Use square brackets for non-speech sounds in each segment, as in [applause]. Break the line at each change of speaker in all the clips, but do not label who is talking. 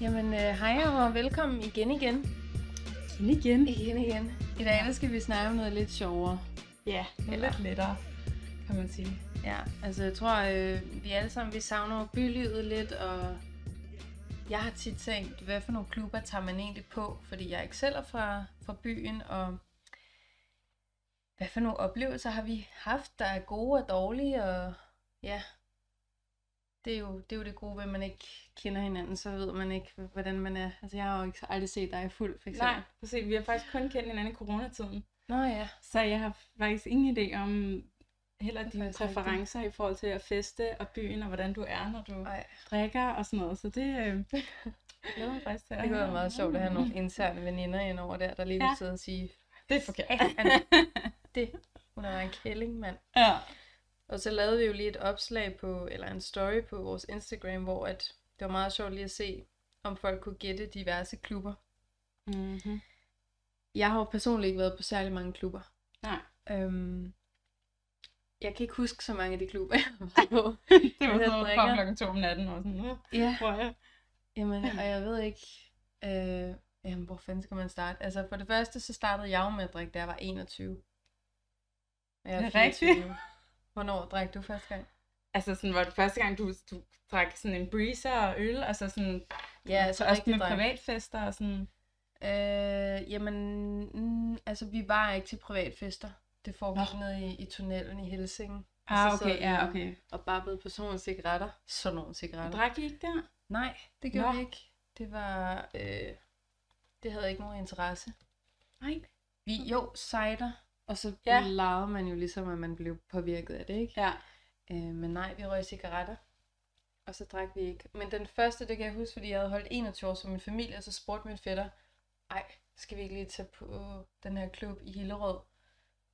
Jamen, øh, hej og velkommen igen igen.
Igen igen.
Igen igen. I dag der skal vi snakke om noget lidt sjovere.
Ja,
Eller-
lidt lettere, kan man sige.
Ja, altså jeg tror, øh, vi alle sammen vi savner jo bylivet lidt, og jeg har tit tænkt, hvad for nogle klubber tager man egentlig på, fordi jeg ikke selv er fra, fra byen, og hvad for nogle oplevelser har vi haft, der er gode og dårlige, og ja, det er jo det, er jo det gode ved, at man ikke kender hinanden, så ved man ikke, hvordan man er. Altså jeg har jo ikke aldrig set dig fuld, for eksempel.
Nej, præcis. Vi har faktisk kun kendt hinanden i coronatiden.
Nå ja,
Så jeg har faktisk ingen idé om heller
Det er
dine
faktisk
præferencer i forhold til at feste og byen og hvordan du er, når du
Ej.
drikker og sådan noget. Så det
[laughs]
øh, glæder mig faktisk til at
det kunne være
høre.
meget sjovt at have nogle interne veninder ind over der, der lige vil
Ja.
sidde og sige,
Det er forkert.
Ja, han er det. Hun er bare en kælling, mand.
[laughs] Ja.
Og så lavede vi jo lige et opslag på, eller en story på vores Instagram, hvor at det var meget sjovt lige at se, om folk kunne gætte diverse klubber.
Mm-hmm.
Jeg har jo personligt ikke været på særlig mange klubber.
Nej.
Øhm, jeg kan ikke huske så mange af de klubber, [laughs] jeg har været på.
Det var
Jeg
sådan noget
drikker.
fra klokken to om natten og sådan noget.
ja,
Tror jeg.
jamen, og jeg ved ikke, øh, jamen, hvor fanden skal man starte? Altså, for det første, så startede jeg jo med at drikke, da jeg var 21. Og jeg
Det er rigtigt.
24 nu. Hvornår drak du første gang?
Altså sådan var det første gang, du, du drak sådan en breezer og øl, altså sådan
Ja, altså
også
rigtig
med
dreng.
privatfester og sådan.
Øh, jamen, mm, altså vi var ikke til privatfester. Det foregik
Nå.
nede i, i tunnelen i Helsingen. Og
Ah,
så sad
okay,
vi
ja, okay.
Og babbede på sådan nogle cigaretter. Sådan nogle cigaretter.
Drak I ikke der?
Nej, det gjorde
Nå.
vi ikke. Det var, øh, det havde ikke nogen interesse.
Nej.
Vi, jo, cider. Og så ja.
Ja.
lavede man jo ligesom, at man blev påvirket af det, ikke?
Ja.
Øh, men nej, vi røg cigaretter. Og så drak vi ikke. Men den første, det kan jeg huske, fordi jeg havde holdt 21 år som min familie, og så spurgte min fætter, ej, skal vi ikke lige tage på den her klub i Hillerød?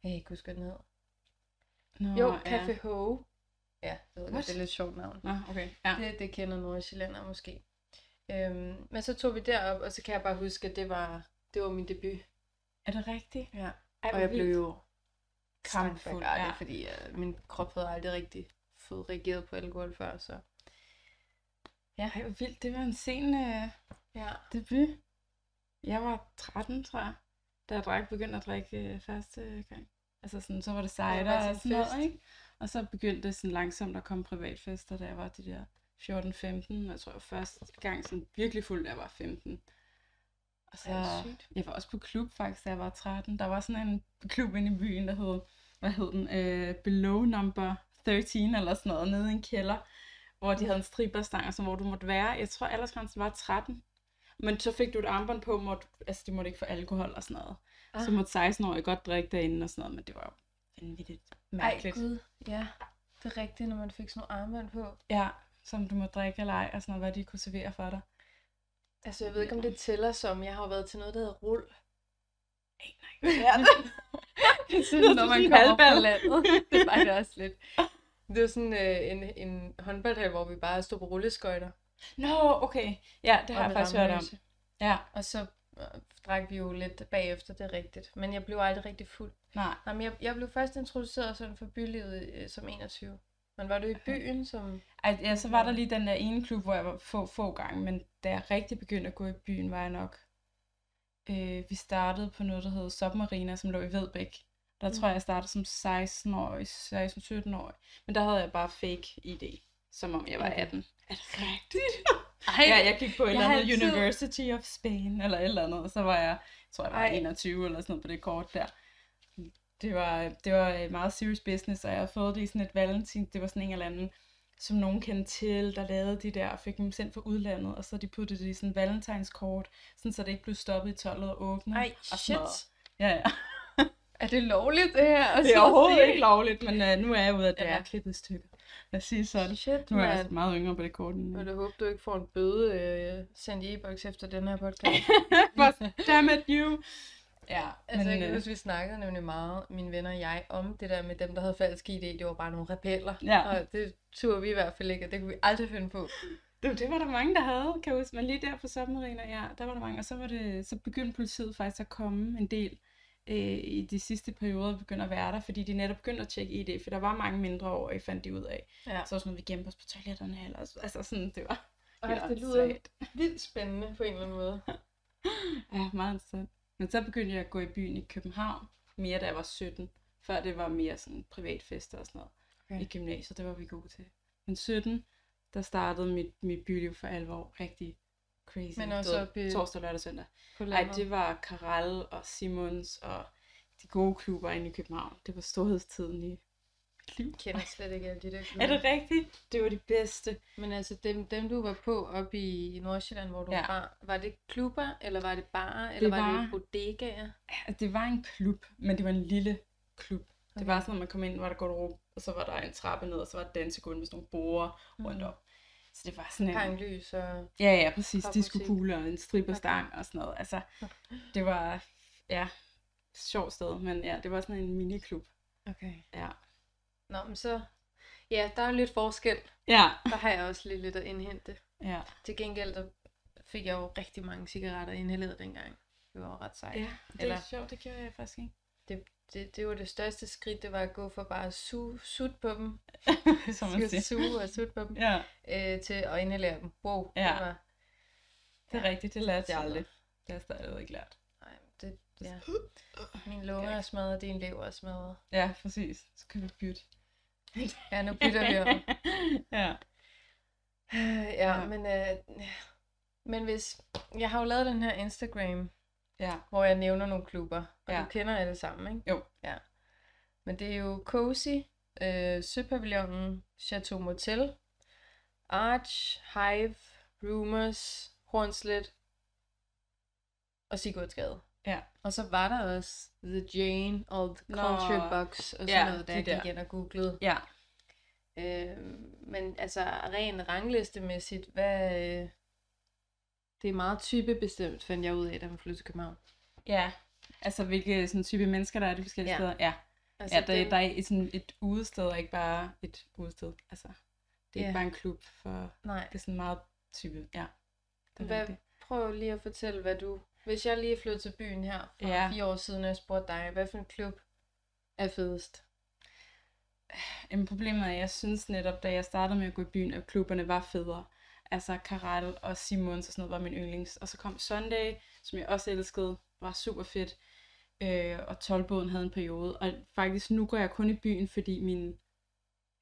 Jeg kan ikke huske, hvad den hed.
Nå,
Jo, Café Ho. Ja, det, ved jeg,
What?
godt, det er lidt sjovt navn.
Nå, okay. Ja.
Det, det kender nordsjællænder måske. Øhm, men så tog vi derop, og så kan jeg bare huske, at det var, det var min debut.
Er det rigtigt?
Ja.
Ej,
Og jeg blev jo
kampfuld.
krampfuld, ja.
ja.
fordi øh, min krop havde aldrig rigtig fået reageret på alkohol før, så
Ej, hvor vildt. Det var en sen øh,
ja.
debut. Jeg var 13, tror jeg, da jeg drak, begyndte at drikke øh, første gang. Altså sådan, så var det
det
cider
var til
og
en
sådan noget,
fest.
ikke? Og så begyndte det sådan langsomt at komme privatfester, da jeg var de der 14-15. Og jeg tror, jeg første gang sådan virkelig fuld, da jeg var 15. Og så...
Ej, sygt.
Jeg var også på klub faktisk, da jeg var 13. Der var sådan en klub inde i byen, der hed, hvad hed den, øh, Below Number 13 eller sådan noget, nede i en kælder, hvor de havde en striberstang, altså hvor du måtte være. Jeg tror aldersgrænsen var 13. Men så fik du et armbånd på, hvor du, altså de måtte ikke få alkohol og sådan noget. Ah. Så
Ah.
måtte 16-årige godt drikke derinde og sådan noget, men det var jo vanvittigt mærkeligt.
Ej, gud, ja. Det er rigtigt, når man fik sådan nogle armbånd på.
ja, som du må drikke eller ej, og sådan noget, hvad de kunne servere for dig.
Altså, jeg ved ikke, om det tæller som, jeg har jo været til noget, der hedder rull.
Ej, nej, hvad er [laughs] det?
[laughs] Det
synes,
når
det
man
er sådan en
kommer fra
halvbal.
landet. [laughs] Det var det også lidt. Det var sådan øh, en, en håndboldhal, hvor vi bare stod på rulleskøjter.
Nå, okay. Ja, det
og
har jeg
med
faktisk hørt om.
rammelyse.
Ja,
Og så øh, drak vi jo lidt bagefter, det er rigtigt. Men jeg blev aldrig rigtig fuld.
nej.
Nej, men jeg, jeg blev først introduceret sådan for bylivet øh, som 21. Men var du i byen som...
Ej, ja, så var der lige den der ene klub, hvor jeg var få, få gange, men da jeg rigtig begyndte at gå i byen, var jeg nok... Øh, vi startede på noget, der hed Submariner, som lå i Vedbæk. Der tror jeg, jeg startede som 16-årig, 16-17-årig. Men der havde jeg bare fake ID, som om jeg var
Okay.
18. Er det rigtigt?
Ej,
ja, jeg gik på et
jeg
eller
har
andet
altid-
University of Spain, eller et eller andet, og så var jeg, jeg tror jeg var
Ej.
21 eller sådan noget på det kort der. Det var, det var øh, meget serious business, og jeg havde fået det i sådan et valentin, det var sådan en eller anden, som nogen kendte til, der lavede de der, og fik dem sendt fra udlandet, og så de puttede det i sådan en valentinskort, sådan så det ikke blev stoppet i tolvet og åbnet.
Ej,
og sådan
shit.
noget. Ja, ja.
Er det lovligt, det her? Og
Det er overhovedet ikke lovligt, men uh, nu er jeg ude af det.
Ja.
Jeg er klippet i stykker. Lad os sige sådan.
Shit,
Nu er jeg
mand.
altså meget yngre på det kort. end- [laughs]
Jeg da håbe, du ikke får en bøde øh, sendt i e-boks efter den her [laughs] podcast. [laughs]
But damn it, you! Ja,
altså, jeg
men,
kan
øh,
huske, vi snakkede nemlig meget, mine venner og jeg, om det der med dem, der havde falsk ID. Det var bare nogle rebeller.
Ja.
Og det turde vi i hvert fald ikke, og det kunne vi aldrig finde på.
det, det var der mange, der havde, kan jeg huske. Men lige der på Submariner, ja, der var der mange. Og så, var det, så begyndte politiet faktisk at komme en del øh, i de sidste perioder, begyndte at være der, fordi de netop begyndte at tjekke ID, for der var mange mindre år, fandt de ud af.
Ja.
Så var sådan, noget, vi gemte os på toiletterne, eller altså sådan, det var
Ej, det lyder vildt spændende på en eller anden måde.
Ja, meget interessant. Men så begyndte jeg at gå i byen i København, mere da jeg var 17. Før det var mere sådan privatfester og sådan noget.
Okay.
I gymnasiet, det var vi gode til. Men 17, der startede mit, mit byliv for alvor rigtig crazy.
Men
Du
også
ved,
op i-
Torsdag, lørdag, søndag.
På
Nej,
landet.
det var Karel og Simons og de gode klubber inde i København. Det var storhedstiden i mit liv.
Jeg kender slet ikke alle de der
Er det rigtigt? Det var de bedste.
Men altså dem, dem du var på oppe i Nordsjælland, hvor du
Ja.
ja. var, var det klubber, eller var det barer, eller var,
var-
det bodegaer?
Altså, det var en klub, men det var en lille klub. Okay.
Okay.
Det var sådan, at man kom ind, var der gulv, og så var der en trappe ned, og så var der dansegulv med sådan nogle borer mm. rundt
Mhm.
om. Så det var sådan en...
Panglys og...
Ja, ja, præcis.
Og
Diskokugler og en striberstang og sådan noget. Altså, det var... Ja, sjovt sted, men ja, det var sådan en miniklub.
Okay.
Ja.
Nå, men så... Ja, der er jo lidt forskel.
Ja.
Der har jeg også lige lidt at indhente.
Ja.
Til gengæld der fik jeg jo rigtig mange cigaretter indhældet dengang. Det var jo ret sejt.
ja det
Eller-
er sjovt, det gjorde jeg faktisk ikke.
Det, det, det var det største skridt, det var at gå fra bare at suge, sutte på dem.
[laughs] [laughs] Som man
Suge-
siger.
Suge og sutte på dem.
Ja,
Øh, til at inhalere dem. Wow,
Ja.
det var...
det er rigtigt. Det lærte jeg
Sådan.
aldrig. Det har jeg stadig ikke lært.
Nej, det,
Det-
ja. Mine lunger er smadret, din lever er smadret.
Ja, præcis. Så kan vi bytte.
Ja, nu bytter vi om.
ja.
Øh, ja,
[laughs] Ja.
ja. Men, øh, men hvis... Jeg har jo lavet den her Instagram,
Ja.
hvor jeg nævner nogle klubber. Og
Ja.
ja. du kender alle sammen, ikke?
Jo.
Ja. Men det er jo Cozy, øh, Søpavillonen, Chateau Motel, Arch, Hive, Rumors, Hornslet og Sigurdsgade.
Ja.
Og så var der også The Jane og The
Nå.
Culture Box og sådan
Ja,
ja, noget, der
de
jeg
der.
gik ind og googlede.
Ja.
Øh, men altså ren ranglistemæssigt, hvad... Øh, det er meget typebestemt, fandt jeg ud af, da man flyttede til København.
Ja. Altså, hvilke sådan, type mennesker der er de forskellige
Ja.
steder. Ja.
Altså,
Ja, der,
den-
der er et, sådan et udested, og ikke bare et udested. Altså, det er ikke
Ja.
bare en klub, for
Nej,
det er sådan meget type, ja. Det er
Hvad-
rigtigt.
prøv lige at fortælle, hvad du... Hvis jeg lige flyttede til byen her for
Ja.
ja. fire år siden, og jeg spurgte dig, hvad for en klub er fedest?
Jamen, problemet er, at jeg synes netop, da jeg startede med at gå i byen, at klubberne var federe. Altså Karel og Simons og sådan noget var min yndlings. Og så kom Sunday, som jeg også elskede, var super fedt. Øh, og tolvboden havde en periode. Og faktisk nu går jeg kun i byen, fordi min...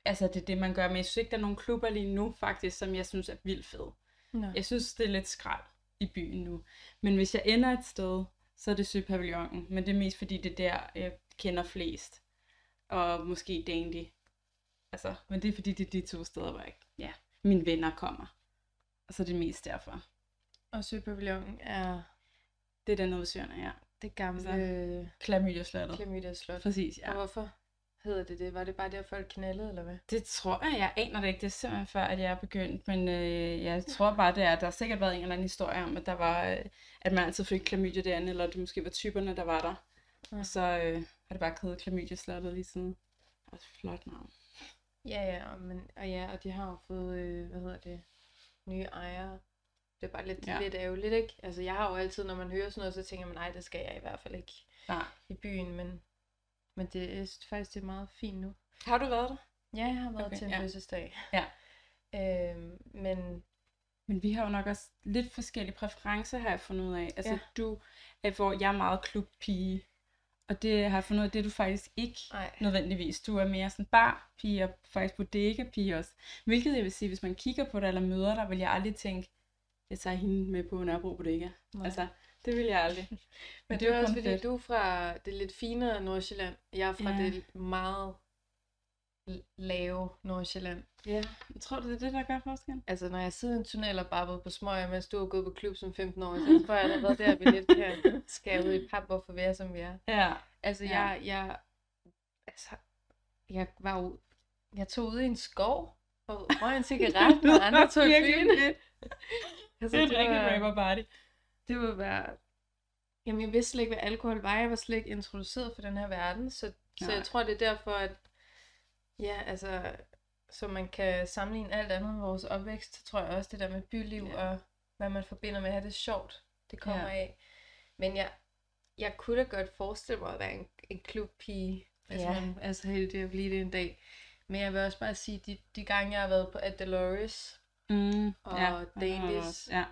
Altså det er det, man gør. Men jeg synes ikke, der er nogen klubber lige nu faktisk, som jeg synes er vildt fede.
Nå.
Jeg synes, det er lidt skrald i byen nu. Men hvis jeg ender et sted, så er det Søpavillonen. Men det er mest fordi, det er der, jeg kender flest. Og måske Dandy. Altså, men det er fordi, det er de to steder, hvor jeg, ja, mine venner kommer. Og så er det mest derfor.
Og Søpavillonen er
Det er den ude ved Søerne, ja.
det gamle
Så.
så.
Klamydia-slottet.
Klamydia Slot.
Præcis,
Ja. Og
ja.
hvorfor hedder det det? Var det bare der, folk knaldede, eller hvad?
Det tror jeg, jeg aner det ikke. Det er simpelthen før, at jeg er begyndt. Men øh, jeg tror bare, det er, at der har sikkert været en eller anden historie om, at der var, øh, at man altid fik klamydia derinde, eller det måske var typerne, der var der.
Ja.
Og så øh, har det bare kædet klamydia-slottet lige siden. Det er et flot navn.
Ja, ja, og, men, og ja, og de har jo fået, øh, hvad hedder det, nye ejere. Det er bare lidt,
Ja.
ja. lidt ærgerligt, ikke? Altså, jeg har jo altid, når man hører sådan noget, så tænker man, nej, det skal jeg i hvert fald ikke
Nej.
i byen, men, men det er s- faktisk det er meget fint nu.
Har du været der?
Ja, jeg har været
Okay,
okay, til en
ja.
ja. fødselsdag.
Ja.
Øhm, men
Men vi har jo nok også lidt forskellige præferencer, har jeg fundet ud af. Altså, ja.
Ja.
du er, hvor jeg er meget klubpige. Og det har jeg fundet ud af, det er du faktisk ikke
nej,
nødvendigvis. Du er mere sådan barpige og faktisk bodega-pige også. Hvilket jeg vil sige, hvis man kigger på dig eller møder dig, vil jeg aldrig tænke, jeg tager hende med på Nørrebro Bodega. Nej.
Nej.
Altså, det vil jeg aldrig. [laughs] Men,
men det er
jo
også
kun
fordi,
fedt.
du er fra det lidt finere Nordsjælland. Jeg er fra
Ja.
ja. det meget l- lave Nordsjælland.
Ja, jeg tror, det er det, der gør forskellen.
Altså, når jeg sidder i en tunnel og bare ved på smøger, mens du har gået på klub som 15 år, så tror jeg, at der, der vi lidt
[laughs]
kan skære ud i pap, hvorfor vi er, som vi er.
Ja,
Altså,
Ja.
ja. jeg, jeg, altså, jeg var jo, jeg tog ud i en skov og røg
[laughs]
en cigaret, og andre tog i
Virkelig
byen.
fedt.
[laughs] Altså,
Det er en rigtig
var-
rapper party.
Det må være... Jamen, jeg vidste slet ikke, hvad alkohol var. Jeg var slet ikke introduceret for den her verden, så, så
Nej.
jeg tror, det er derfor, at... Ja, altså... Så man kan sammenligne alt andet med vores opvækst, så tror jeg også, det der med byliv
Ja.
ja. og hvad man forbinder med at have det sjovt, det kommer
Ja.
ja. af. Men jeg, jeg kunne da godt forestille mig at være en, en klubpige, hvis
Ja.
ja. man er så heldig at blive det en dag. Men jeg vil også bare sige, de, de gange, jeg har været på at Dolores,
Mm,
og
ja,
Dailies.
den har jeg også. Ja.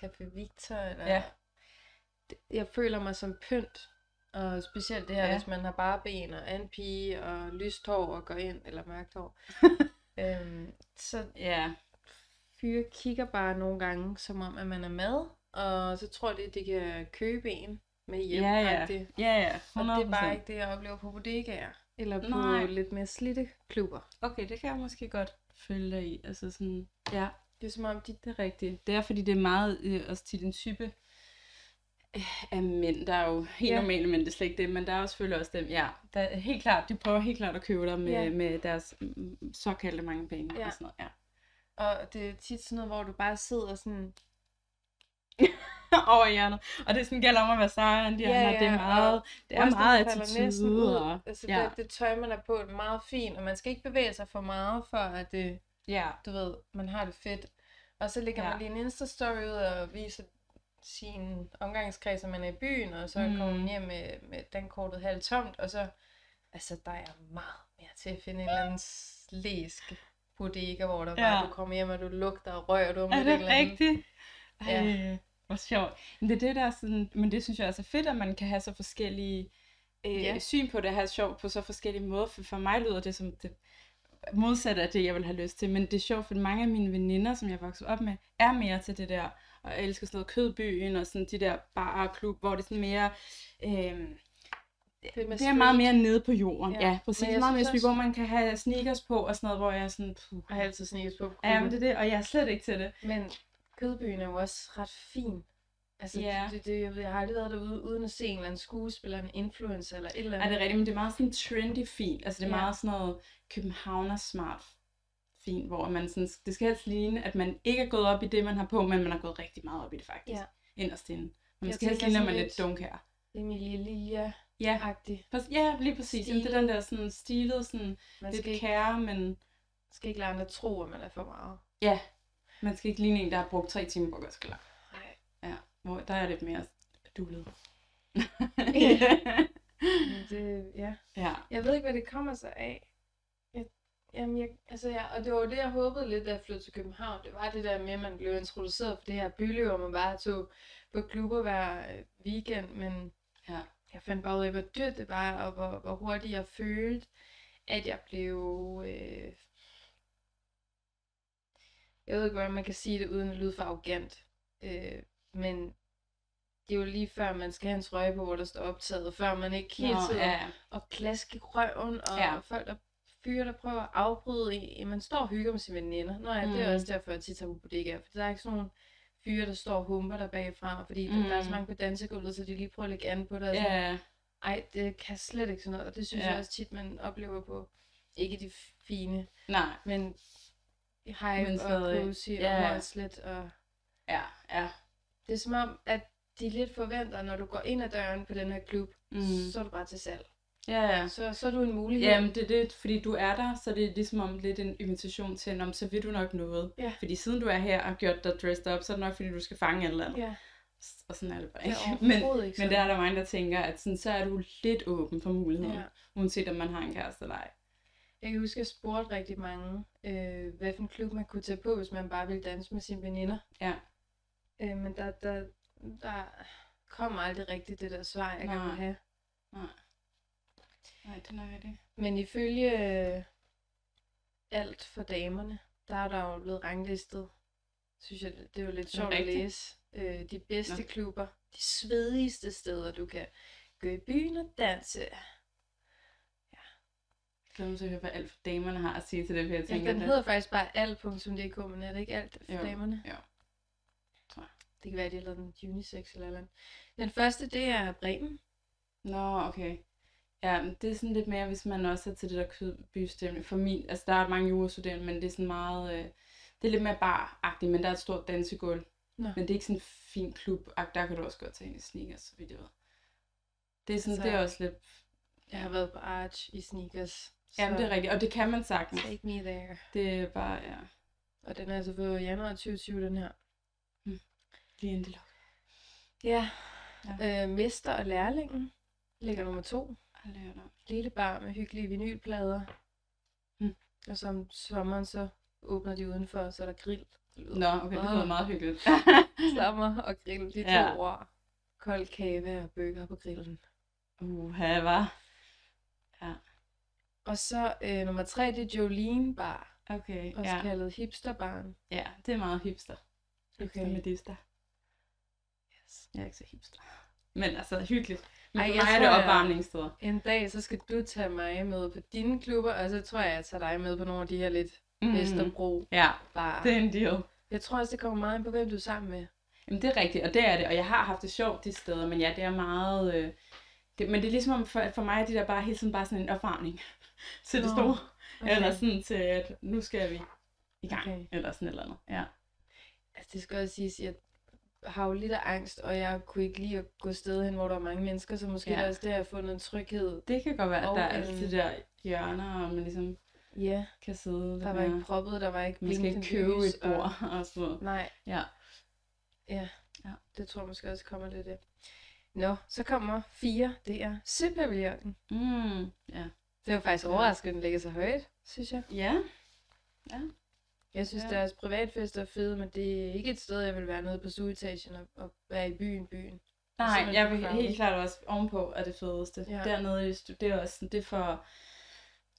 Café Victor, eller...
Ja.
Det- Jeg føler mig som pynt, og specielt det her,
Ja.
ja. hvis man har bare ben og er en pige og lyst hår og går ind, eller mørkt [laughs] hår. øhm, så
ja.
fyre kigger bare nogle gange, som om, at man er med, og så tror de, at de kan købe en med hjem.
Ja, ja.
agtigt.
Ja, ja. 100%.
Og det er bare ikke det, jeg oplever på bodegaer, eller på
Nej.
Nej. lidt mere slitte klubber.
Okay, det kan jeg måske godt følge dig i. Altså sådan, ja,
Det er som om, de...
det er rigtigt. Det er, fordi det er meget øh, også tit en type øh, af mænd, der er jo helt
Ja.
ja. normale mænd, det er slet ikke det, men der er jo selvfølgelig også dem, ja, der er helt klart, de prøver helt klart at købe dig med,
Ja.
ja. med deres mm, såkaldte mange penge
Ja.
og sådan noget, ja. [laughs]
Og det er tit sådan noget, hvor du bare sidder sådan...
over hjernet. Og det er sådan gælder om at være sejere end de
Ja,
andre. Det
ja,
er meget, det er
Brysten
meget
falder næsten ud.
attitude. Og,
Altså, ja.
ja,
det, det tøj, man er på, er meget fint, og man skal ikke bevæge sig for meget, for at det,
ja,
du ved, man har det fedt. Og så lægger ja.
Ja.
man lige en Insta-story ud og viser sin omgangskreds, at man er i byen, og så
Mm.
mm. kommer man hjem med, med dankortet halvt tomt, og så, altså, der er meget mere til at finde en eller anden slæsk bodega, hvor der ja.
Ja.
bare, du kommer hjem, og du lugter og rører, du har mødt
er
et
det
eller andet.
rigtigt?
Ja.
Ja. Hvor sjovt. Men det er det, der er sådan, men det synes jeg også er fedt, at man kan have så forskellige øh,
Ja.
ja. syn på det, have sjov på så forskellige måder. For, for mig lyder det som det modsatte af det, jeg vil have lyst til. Men det er sjovt, for mange af mine veninder, som jeg voksede op med, er mere til det der, og jeg elsker sådan noget kødbyen, og sådan de der bar og klub, hvor det er sådan mere... Øh,
Det er, med
Det er meget
street.
mere nede på jorden,
Ja.
ja, ja præcis.
Men jeg
Meget mere
synes
street,
også-
hvor man kan have sneakers på og sådan noget, hvor jeg er sådan... Puh.
Og altid snikkes på. på
Ja, men
klubben.
det er det, og jeg er slet ikke til det.
Men kødbyen er jo også ret fin. Altså,
Ja.
yeah. det, det, jeg, ved, jeg har aldrig været derude uden at se en eller anden skuespiller, en influencer eller et eller
Ja, det
andet.
er rigtigt, men det er meget sådan trendy fint. Altså det er
Ja.
ja. meget sådan noget københavner smart fint, hvor man sådan, det skal helst ligne, at man ikke er gået op i det, man har på, men man har gået rigtig meget op i det faktisk.
Ja.
Ja. Inderst inde. Men
Jeg
man skal helst
tænker
ligne, at
sådan
man
lidt-
lidt don't care.
Emilie Lilja-agtig.
Ja, præ- ja lige præcis. Jamen, det er den der sådan stilet, sådan
Man skal
lidt
ikke,
kære, men
skal ikke lade andre tro, at man er for
[laughs]
meget.
ja, man skal ikke ligne en, der har brugt tre timer på at gøre sig klar.
Nej.
Ja, hvor der er lidt mere dullet.
Men det, ja.
[laughs] ja.
Jeg ved ikke, hvad det kommer sig af. Jeg, jamen, jeg, altså, jeg, og det var jo det, jeg håbede lidt, da jeg flyttede til København. Det var det der med, at man blev introduceret for det her byliv, og man bare tog på klubber hver øh, weekend. Men
Ja.
jeg fandt bare ud af, hvor dyrt det var, og hvor, hvor hurtigt jeg følte, at jeg blev... Øh, jeg ved ikke, hvordan man kan sige det, uden at lyde for arrogant. Øh, men det er jo lige før, man skal have en trøje på, hvor der står optaget, før man ikke hele
Nå,
tiden
ja, ja.
og klask i røven, og ja.
Ja.
folk, der fyre, der prøver at afbryde en. Man står og hygger med sine veninder. Nå ja, mm. det er
Mm.
også derfor, jeg tit tager på bodegaer, for der er ikke sådan nogle fyre, der står og humper der bagfra, fordi mm.
Mm.
der er så mange på dansegulvet, så de lige prøver at lægge an på dig. og sådan,
Ja,
Ej, det kan slet ikke sådan noget, og det synes ja.
Ja.
jeg også tit, man oplever på, ikke de fine,
nej,
men hype
Men
men og
stadig.
cozy
Ja.
og højslet, og
ja, ja.
det er som om, at de lidt forventer, når du går ind ad døren på den her klub, mm.
Mm.
så er du bare til salg.
Ja, ja.
Så, så er du en mulighed.
Jamen, det er det, fordi du er der, så det er ligesom om lidt en invitation til, om så vil du nok noget.
Ja.
Fordi siden du er her og har gjort dig dressed up, så er det nok, fordi du skal fange et eller andet.
ja.
Og sådan er det bare
Det
ikke.
er
[laughs] Men,
overhovedet ikke
men
sådan.
der er der mange, der tænker, at sådan, så er du lidt åben for muligheden,
Ja.
ja. uanset om man har en kæreste eller ej.
Jeg kan huske, at jeg spurgte rigtig mange, øh, hvad for en klub man kunne tage på, hvis man bare ville danse med sine veninder.
Ja.
Øh, men der, der, der kom aldrig rigtigt det der svar, jeg gerne
Nej.
ville have.
Nej, det er nok det.
Men ifølge øh, alt for damerne, der er der jo blevet ranglistet. Synes jeg, det er jo lidt
Er det
sjovt at
rigtigt?
læse. Øh, de bedste
Nå.
klubber, de svedigste steder, du kan gå i byen og danse.
Jeg glæder mig til at høre, hvad alt for damerne har at sige til det, for jeg
Ja,
tænker,
den
at-
hedder faktisk bare alt.dk, men er det ikke alt for
Jo.
damerne?
Tror jeg.
Det kan være, at de har lavet den unisex eller et eller andet. Den første, det er Bremen.
Nå, okay. Ja, men det er sådan lidt mere, hvis man også er til det der kødbystemning. For min, altså der er mange jurastuderende, men det er sådan meget, øh, det er lidt mere baragtigt, men der er et stort dansegulv.
Nå.
Men det er ikke sådan en fin klub, og der kan du også godt tage en i sneakers, så vidt jeg ved. Det er sådan,
Altså,
det er også lidt,
Jeg har været på Arch i sneakers.
jamen det er rigtigt, og det kan man sagtens.
rigtigt. Take me there.
Det er bare, ja,
Og den er altså på januar 2020, den her.
lige inden det lukker.
Ja. ja. Øh, Mester og Lærlingen ligger nummer to.
Hold da op.
Lille bar med hyggelige vinylplader.
Mm.
Og som sommeren så åbner de udenfor, så er der grill. Det lyder
Nå, okay, det lyder
meget
meget hyggeligt.
[laughs] Slammer og grill, de to
Hm. Ja.
ja. ord. Kold kage og bøger på grillen.
Uha, hva'?
Og så øh, nummer tre, det er Jolene Bar,
Okay,
også
ja.
ja. kaldet hipsterbaren.
ja, det er meget hipster. Hipster
Okay.
med dister.
Yes.
Jeg er ikke så hipster. Men altså, hyggeligt. Men
Ej,
Ej, for
jeg
mig er det
tror, jeg-
opvarmningssteder.
En dag, så skal du tage mig med på dine klubber, og så tror jeg, jeg tager dig med på nogle af de her lidt mm. Vesterbro
Ja,
bar.
Mhm. det
Det...
er en deal.
Jeg tror også, det kommer meget ind på, hvem du er sammen med.
Jamen, det er rigtigt, og det er det. Og jeg har haft det sjovt de steder, men ja, det er meget... Øh, det, men det er ligesom om for, for mig, er de der bare hele tiden bare sådan en opvarmning [laughs] til
Nå,
det store. Okay. Eller sådan til, at nu skal vi i gang. Okay.
Okay.
Eller sådan et eller andet. Ja.
Altså, det skal også siges, jeg har jo lidt af angst, og jeg kunne ikke lide at gå sted hen, hvor der er mange mennesker, så måske
Ja.
ja. der er også der, jeg har fundet en tryghed.
Det kan godt være, at
Og
der er
en-
altid de der hjørner, og man ligesom
Ja,
kan sidde lidt
der var ikke
mere.
proppet, der var ikke
Man skal ikke
blinkende
købe
lys,
et bord [laughs] og sådan noget.
Og... Nej,
Ja.
det tror jeg måske også kommer lidt af. Nå, så kommer fire, det er Søpavillonen.
Mm, ja.
Det var faktisk
Ja.
overraskende, at den ligger så højt, synes jeg.
Ja.
Jeg synes,
Ja.
ja. deres privatfester er fede, men det er ikke et sted, jeg vil være nede på stueetagen og, og være i byen, byen. er
Nej,
simpelthen
jeg
for
vil
crowded.
helt klart også ovenpå er det fedeste. Ja.
Ja.
Dernede i stu- det er også sådan, det er for...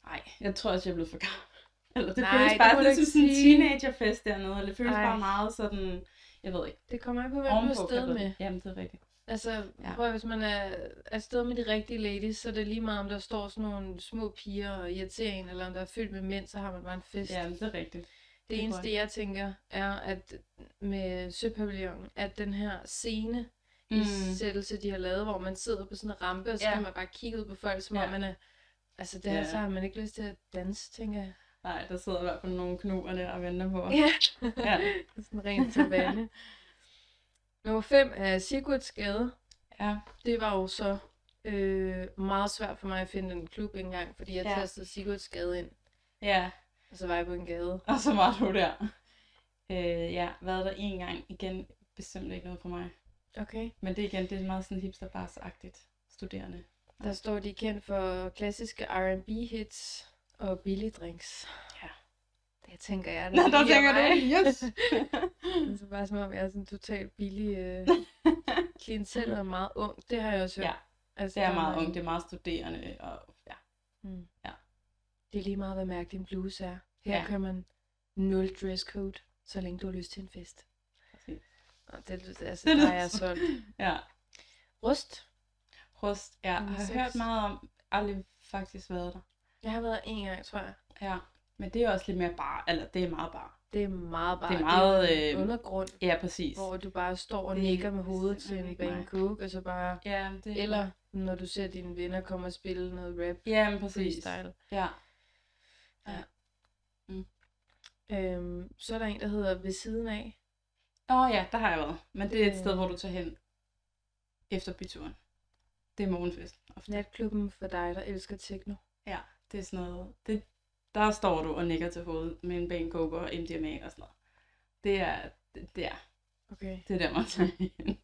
Nej, jeg tror også, jeg er blevet for gammel. [laughs] Eller det
Nej,
føles
det må
bare
du
lidt som
ikke
sådan en
sige.
teenagerfest dernede, og det føles Ej.
Ej.
bare meget sådan, jeg ved ikke,
Det kommer ikke på, hvem du er
kan jeg
sted
godt-
med.
Jamen, det er rigtigt.
Altså,
Ja.
ja. prøv at- hvis man er afsted med de rigtige ladies, så er det lige meget, om der står sådan nogle små piger og irriterer en, eller om der er fyldt med mænd, så har man bare en fest. Ja,
Jamen, det er rigtigt. det
det
er
eneste, jeg tænker, er, at med Søpavillonen, at den her scene mm. i sættelse, de har lavet, hvor man sidder på sådan en rampe, og så
Ja.
ja. kan man bare kigge ud på folk, som
Ja.
om man er... Altså, det her,
Ja.
så har man ikke lyst til at danse, tænker jeg.
Nej, der sidder i hvert fald nogle knuger der og venter
[laughs]
på.
Ja.
Ja.
sådan rent tilbage. Nummer 5 er Sigurds Gade.
Ja.
det var jo så øh, meget svært for mig at finde en klub engang, fordi jeg
Ja.
ja. tastede Sigurds gade ind,
Ja,
og så var jeg på en gade.
og så var du der. Øh, ja, været der en gang. Igen, bestemt ikke noget for mig.
Okay.
Men det er igen, det er meget sådan hipsterbars-agtigt studerende.
Der står de er kendt for klassiske R&B hits og billige drinks.
Ja.
Det tænker jeg.
Nå, der
lige er
tænker du,
mig.
yes!
[laughs] Det er bare som om, jeg er sådan totalt billig
[laughs]
øh, klientel og meget ung. Det har jeg også hørt.
Ja,
altså,
det er
der
meget
mange-
ungt, det er meget studerende, og ja.
Mm.
Ja.
Det er lige meget, hvad mærke din bluse er. Her
Ja.
ja. kører man nul dress code, så længe du har lyst til en fest.
Præcis.
Og det, lyder- altså,
Det
det der
lyder
er jeg
så-
solgt.
Ja,
Rust.
rust. Ja,
Nummer
har
seks.
hørt meget om, aldrig faktisk været der.
Jeg har været en gang, tror jeg.
Ja, men det er også lidt mere bar, eller det er meget bar.
Det er meget bare
Det er meget,
det er jo en
øh,
undergrund,
Ja, præcis.
hvor du bare står og
Det er
nikker med hovedet til
simpelthen
en
ikke mig.
Van Cook, og så bare...
Ja, men det
Eller når du ser dine venner komme og spille noget rap
Ja, men præcis.
freestyle.
Ja.
Øhm, så er der en, der hedder Ved siden af.
Åh oh, ja, der har jeg været. Men det er et
Øh.
sted, hvor du tager hen efter byturen. Det er morgenfest ofte.
Natklubben for dig, der elsker techno.
Ja, det er sådan noget. Det, der står du og nikker til hovedet med en bankoker og MDMA og sådan noget. Det er, det, det er,
Okay.
det er der, man tager hen.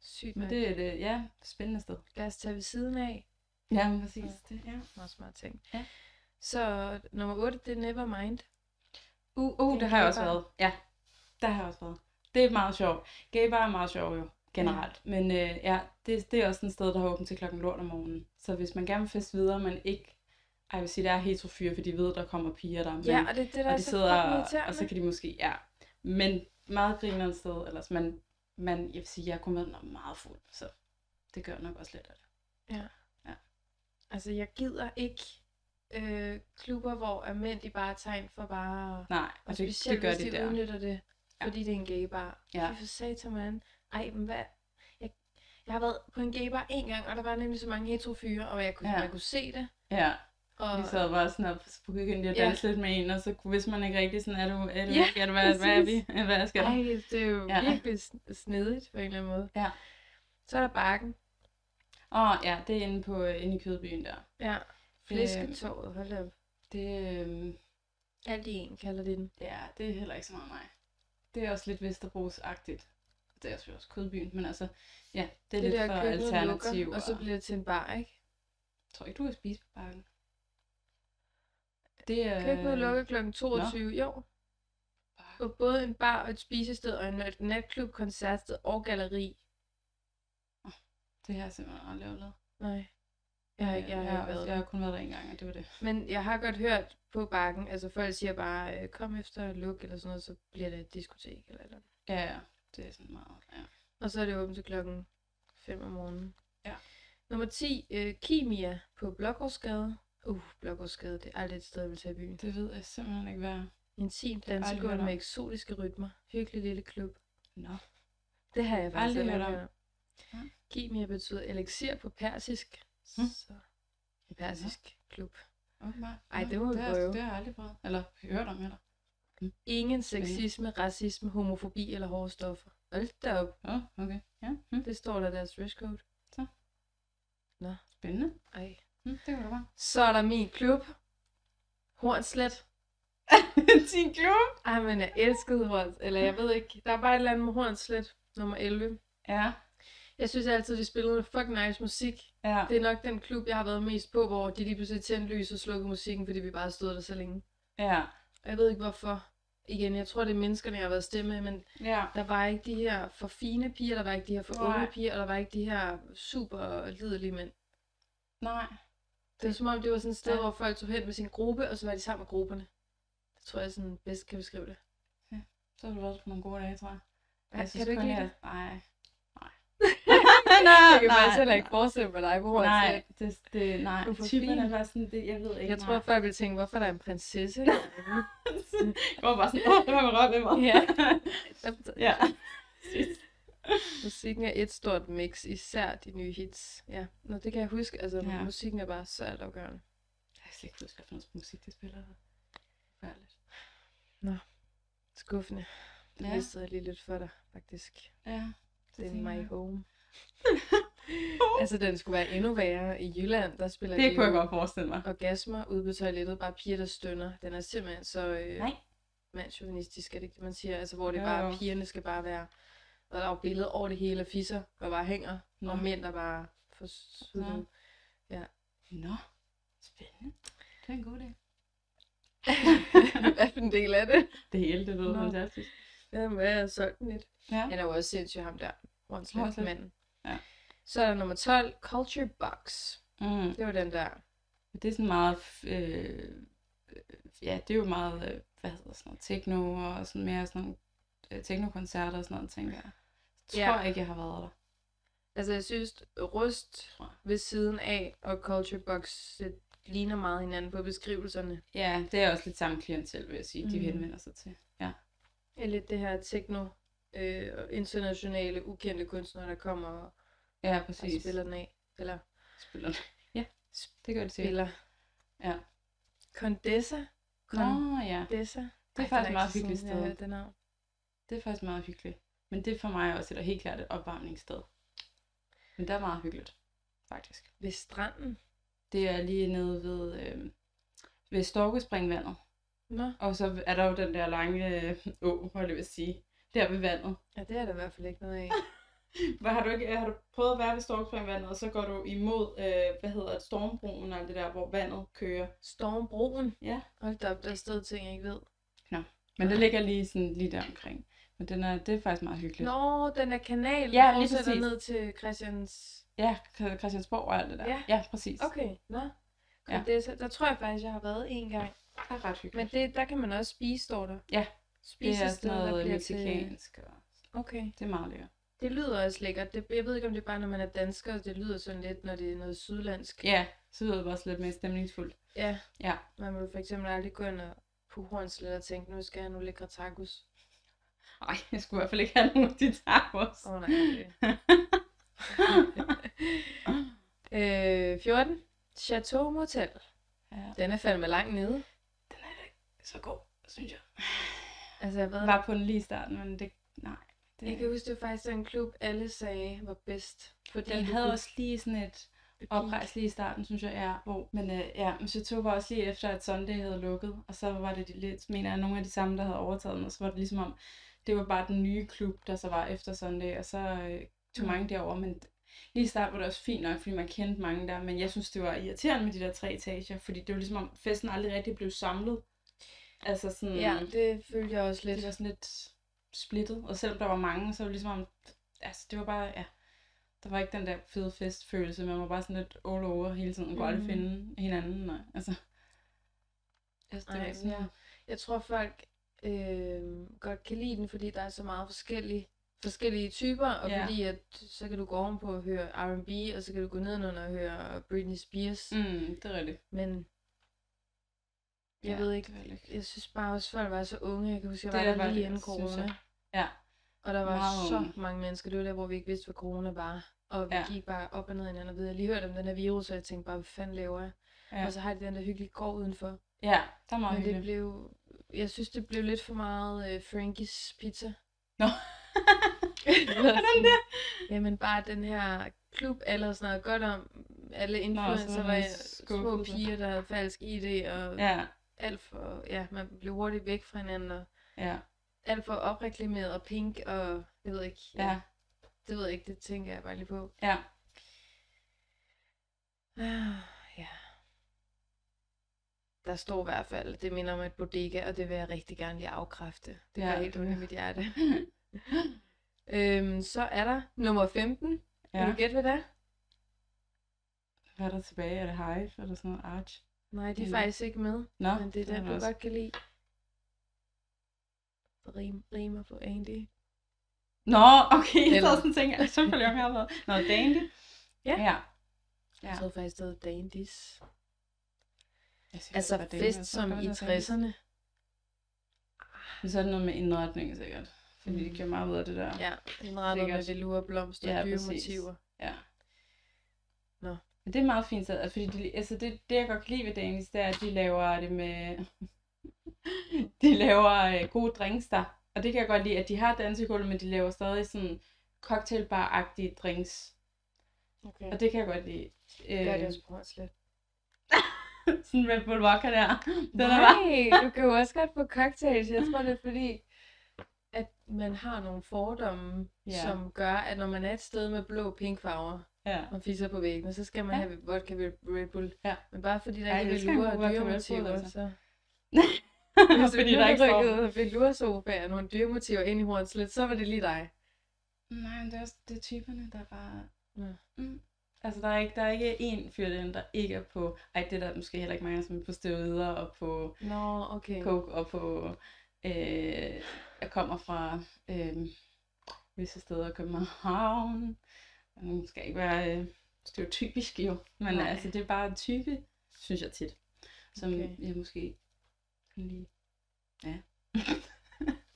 Sygt
Men
nok.
det er et, ja, spændende sted.
Lad os tage ved siden af.
Ja, men præcis. Det, ja.
Meget smart ting.
Ja.
Så nummer 8, det er Nevermind.
Uh, uh,
Det
det
er
har jeg også
gay bar.
været. Ja, der har jeg også været. Det er meget sjovt. Gay bar er meget sjovt jo, generelt. Men øh, ja, det, det er også sådan et sted, der har åbent til klokken lort om morgenen. Så hvis man gerne vil feste videre, men ikke... Ej, jeg vil sige, der er heterofyre, for de ved, der kommer piger der. Men,
Ja, og det er det, der
og
er
de
så
sidder,
fucking
og, og
irriterende.
så kan de måske, ja. Men meget griner sted, ellers man, man, jeg vil sige, jeg kom med, når meget fuld, så det gør nok også lidt af det.
Altså, jeg gider ikke øh, klubber, hvor er mænd de bare tager ind for bare... at-
Nej, og,
Og det,
og det,
specielt,
det gør
hvis
de
de
der.
udnytter det,
Ja.
fordi det er en gaybar.
Ja.
Ja. Fy for satan, man. Ej, men hvad? Jeg, jeg har været på en gaybar en gang, og der var nemlig så mange heterofyre, og jeg kunne,
Ja.
ja. man kunne se det.
Ja,
Og
vi sad bare sådan og så begyndte jeg at
Ja.
danse lidt med en, og så vidste man ikke rigtigt sådan, er du, er du,
Ja,
er du hvad, hvad er vi, [laughs]
præcis.
hvad skal der?
ej, det er jo
Ja.
ja. virkelig sn- snedigt på en eller anden måde.
Ja.
Så er der bakken.
Åh, oh, ja, det er inde på, inde i kødbyen der.
Ja. Flæsketoget, hold da op.
Det, øhm,
Alt i en kalder det den.
ja, det er heller ikke så meget mig. Det er også lidt Vesterbros-agtigt. Det er selvfølgelig også kødbyen, men altså, ja, det
Det,
er det lidt
der
for
køkkenet
alternativ.
lukker, og så bliver det til en bar, ikke?
Tror ikke, du kan spise på bakken? Det er...
Køkkenet lukker kl. 22 i år. Og både en bar og et spisested og en natklub, koncertsted og galleri.
Det har jeg simpelthen aldrig oplevet.
Nej, jeg har ikke, jeg har
jeg,
ikke været
jeg
der.
har kun været der en gang, og det var det.
Men jeg har godt hørt på bakken, altså folk siger bare, øh, kom efter luk eller sådan noget, så bliver det et diskotek eller et eller andet.
Ja, ja. Det er sådan meget... Ja.
Og så er det åbent til klokken 5 om morgenen.
Ja.
Nummer 10, øh, Kimia på Blågårdsgade. Uh, Blågårdsgade, det er aldrig et sted, jeg vil tage i byen.
Det ved jeg simpelthen ikke, hvad...
Intim
har jeg aldrig hørt
dansegulv
om.
med eksotiske rytmer. Hyggelig lille klub.
Nå.
Det har jeg faktisk
Aldrig
aldrig hørt
hørt om.
om. Kimia betyder elixir på persisk.
Hmm.
Så en persisk klub.
Okay.
Ej, det må vi
det har,
prøve.
Det har jeg aldrig prøvet. Eller hørt om heller.
Ingen sexisme, racisme, homofobi eller hårde stoffer. Hold da op.
Åh, oh, okay. Ja, hm.
Det står der i deres dresscode.
spændende.
Ej.
Hm, det kan du bare.
Så er der min klub. Hornslet.
[laughs] Din klub?
Ej, men jeg elskede Horns. Eller jeg ved ikke. Der er bare et eller andet med Hornslet. Nummer 11.
Ja,
Jeg synes altid, de spillede noget fucking nice musik.
ja.
Det er nok den klub, jeg har været mest på, hvor de lige pludselig tændte lys og slukkede musikken, fordi vi bare stod der så længe.
Ja.
Og jeg ved ikke hvorfor. Igen, jeg tror, det er menneskerne, jeg har været stemme med, men
Ja.
der var ikke de her for fine piger, der var ikke de her for
Nej.
unge piger, og der var ikke de her super lidelige mænd.
Nej.
Det var som om, det var sådan et sted,
Ja.
ja. hvor folk tog hen med sin gruppe, og så var de sammen med grupperne. Det tror jeg sådan bedst kan beskrive det.
Så har du været på nogle gode dage, tror jeg.
Ja,
jeg
Altså, kan du ikke
kun,
lide
jeg-
det?
Nej. Nej.
Jeg
nej,
kan faktisk heller
nej,
ikke forestille mig dig på
nej,
hårdt
nej, det, det, nej.
Du er for
Typen altså- er
fin.
bare sådan, det, jeg ved ikke.
Jeg tror, at
nej.
folk ville tænke, hvorfor er der en
[laughs]
prinsesse?
jeg var bare sådan, åh, det var med røv med mig.
ja.
[laughs] ja.
Musikken er et stort mix, især de nye hits. Ja, Nå, det kan jeg huske. Altså,
Ja.
ja. musikken er bare så altafgørende.
Jeg kan slet ikke huske, hvad for noget musik de spiller. Forfærdeligt.
Skuffende. Det
Ja.
ja. mistede jeg lige lidt for dig, faktisk.
Ja.
Det er
tænker
my
jeg. [laughs]
home. altså, den skulle være endnu værre i Jylland. Der spiller
Det
de
kunne jeg
jo
godt forestille mig.
orgasmer ude på toilettet. Bare piger, der stønner. Den er simpelthen så øh,
Nej.
mandsjuvenistisk, er det ikke det, man siger? Altså, hvor det
Jo,
jo, bare,
jo.
pigerne skal bare være... Og der er jo billeder over det hele af fisser, der bare hænger.
Nå.
Og mænd, der bare får
Nå.
suttet. [laughs]
Nå, spændende. Det er en god dag.
Hvad for en del af det?
Det hele, det lyder
Nå.
fantastisk.
Jamen, jeg har solgt den lidt.
Ja.
Han er jo også sindssyg, ham der. Hornslet,
Hornslet.
manden.
Ja.
Så er der nummer 12, Culture Box.
Mm.
Det var den der.
Det er sådan meget, øh, øh, ja, det er jo meget, øh, hvad hedder sådan noget, techno og sådan mere sådan nogle øh, techno-koncerter og sådan noget, tænker jeg. Jeg tror
Ja.
ikke, jeg har været der.
Altså, jeg synes, Rust
Tror jeg.
ved siden af og Culture Box det ligner meget hinanden på beskrivelserne.
Ja, det er også lidt samme klientel, vil jeg sige, de
Mm.
henvender sig til. Ja.
Det er lidt det her techno, øh, og internationale, ukendte kunstnere, der kommer og,
Ja,
og
præcis.
spiller den af. Eller
Spiller. Ja, det gør det til.
spiller.
Ja.
Condessa.
Nå, ja.
Condessa.
Det er faktisk et meget hyggeligt
Jeg
sted.
hørte det navn.
Det er faktisk meget hyggeligt. Men det er for mig også et helt klart et opvarmningssted. Men det er meget hyggeligt, faktisk.
Ved stranden.
Det er lige nede ved, øh, ved Storkespringvandet.
Nå,
Og så er der jo den der lange øh, å, hvor det vil sige, der ved vandet.
ja, det er der i hvert fald ikke noget af.
Hvad har du ikke, har du prøvet at være ved Storkespringvandet, og så går du imod, øh, hvad hedder det, Stormbroen og alt det der, hvor vandet kører.
Stormbroen.
Ja.
Hold da op, der er stadig ting, jeg ikke ved.
Men det ligger lige sådan lige der omkring. Men den er, det er faktisk meget hyggeligt.
Nå, den er kanal,
Ja,
der
lige
fortsætter
præcis.
ned til Christians...
Ja, Kr- Christiansborg og alt det der.
Ja.
ja præcis.
Okay, nå.
Ja.
Ja. Det, der tror jeg faktisk, jeg har været en gang.
Det er ret hyggeligt.
Men det, der kan man også spise, står der.
Ja. det er
Spisested,
sådan
der
noget
bliver til...
mexicansk. Og...
Okay.
Det er meget lækkert.
Det lyder også lækkert. Det, jeg ved ikke, om det er bare, når man er dansker, det lyder sådan lidt, når det er noget sydlandsk.
Ja, så lyder det bare også lidt mere stemningsfuldt.
ja.
Ja.
Man vil for eksempel aldrig gå ind og på hornslet og tænke, nu skal jeg have nogle lækre tacos.
Ej, jeg skulle i hvert fald ikke have nogen af de tacos.
Åh oh, nej. okay.
[laughs]
øh, 14. Chateau Motel.
Ja.
Den er fandme langt nede.
Den er da ikke så god, synes jeg.
Altså, jeg ved,
Jeg var på den lige i starten, men det... Nej. Det,
jeg kan huske, det var faktisk den klub, alle sagde var bedst. Fordi
den
du
havde
kunne
også lige sådan et
peak.
oprejs lige i starten, synes jeg, ja. Hvor, men øh, ja, men så tog var også lige efter, at Sunday havde lukket, og så var det de lidt, mener jeg, nogle af de samme, der havde overtaget den, og så var det ligesom
Mm.
om, det var bare den nye klub, der så var efter Sunday, og så øh, tog mange derover, men Lige i starten var det også fint nok, fordi man kendte mange der, men jeg synes, det var irriterende med de der tre etager, fordi det var ligesom om festen aldrig rigtig blev samlet. Altså sådan,
Ja, det følte jeg også
det var
lidt.
sådan lidt splittet, og selvom der var mange, så var det ligesom om, altså det var bare, ja, der var ikke den der fede festfølelse, man var bare sådan lidt all over hele tiden, og kunne aldrig
Mhm.
finde hinanden, nej, altså. Altså, det
Ej,
var sådan,
ja. Jeg tror, folk øh, godt kan lide den, fordi der er så meget forskellige, forskellige typer, og
Ja.
fordi at, så kan du gå ovenpå og høre R&B, og så kan du gå nedenunder og høre Britney Spears, mm.
mm, det er rigtigt.
men jeg
Ja,
ved ikke,
det var heller ikke.
jeg synes bare også, folk var så unge. Jeg kan huske, jeg
Det
var
var
der lige
det,
inden
synes
corona.
jeg. Ja.
Og der var
Meget
så
unge.
mange mennesker. Det var der, hvor vi ikke vidste, hvad corona var. Og vi
Ja.
ja. gik bare op og ned ad hinanden og videre. Jeg lige hørte om den her virus, og jeg tænkte bare, hvad fanden laver jeg?
Ja.
Ja. Og så har de den der hyggelige gård udenfor.
Ja, der er meget
Men det
hyggeligt.
blev, jeg synes, det blev lidt for meget øh, Frankies pizza. [laughs]
Nå. Hvordan det?
Jamen bare den her klub, alle snakkede godt om. Alle
så
influencer
var
var
det
jeg- små
skuffelse.
piger, der havde falsk ID, og ja.
Ja,
alt for, ja, man blev hurtigt væk fra hinanden, og
ja,
alt for opreklameret og pink, og jeg ved ikke,
ja,
det ved jeg ikke, det tænker jeg bare lige på. [laughs]
ja.
Ah, [sighs] ja. Der står i hvert fald, det minder om et bodega, og det vil jeg rigtig gerne lige afkræfte. Det
Ja,
ja, var helt
det
ondt i mit hjerte. [laughs] øhm, så er der nummer 15. Ja.
ja.
Kan du gætte, hvad det er?
Hvad er der tilbage? Er det Hive? Er der sådan noget Arch?
Nej, de er
Mm.
faktisk ikke med.
Nå,
men det er den,
var
du
også-
godt kan lide. Rim, rimer på Andy.
Nå, okay, jeg sad
Eller-
sådan og tænkte, at selvfølgelig om jeg har været. Nå, Dandy?
Ja. Altså,
Ja.
Ja.
Ja.
Jeg troede faktisk, det hed Dandys.
Jeg siger,
Altså
det var Dandy,
fest
jeg tror,
som
det var
i
Dandy.
60'erne.
Men så er det noget med indretning sikkert. Fordi det gjorde meget ud af det der.
Mm. Ja, indrettet med
Sikkert.
velure, blomster
Ja,
og dyre
præcis.
motiver.
Ja.
Nå.
Men det er meget fint sat, fordi de, altså det, det, jeg godt kan lide ved Danis, det er, at de laver det med... [laughs] de laver øh, gode drinks der. Og det kan jeg godt lide, at de har dansegulv, men de laver stadig sådan cocktailbar-agtige drinks.
Okay.
Og det kan jeg godt lide.
Det gør det
Øh,
også på Hornslet.
[laughs] sådan Red Bull Vodka der. Den er bare...
Nej, du kan jo også godt få cocktails. Jeg tror, det er fordi, at man har nogle fordomme,
Ja.
yeah. som gør, at når man er et sted med blå pink farver [laughs]
Ja.
og fisser på væggene, så skal man
Ja.
have vodka ved Red Bull.
Ja.
Men bare fordi der
Ej,
ikke
jeg
er
elsker en
velure
god
og
vodka
dyre
Red
motiver,
Bull, altså. [laughs]
så... Hvis
fordi der ikke står...
rykket velure-sofaer og nogle dyre motiver ind i Hornslet, så var det lige dig.
Nej, men det er også det er typerne, der bare...
Ja.
Mm. Altså, der er ikke, der er ikke én fyr derinde, der ikke er på... Ej, det er der måske heller ikke mange, som er på steroider og på
Nå, okay.
coke og på... Øh, jeg kommer fra øh, visse steder i København. Nu skal jeg ikke være øh, stereotypisk jo, men
Nej.
altså, det er bare en type, synes jeg tit, som
Okay.
okay. jeg måske kan lide.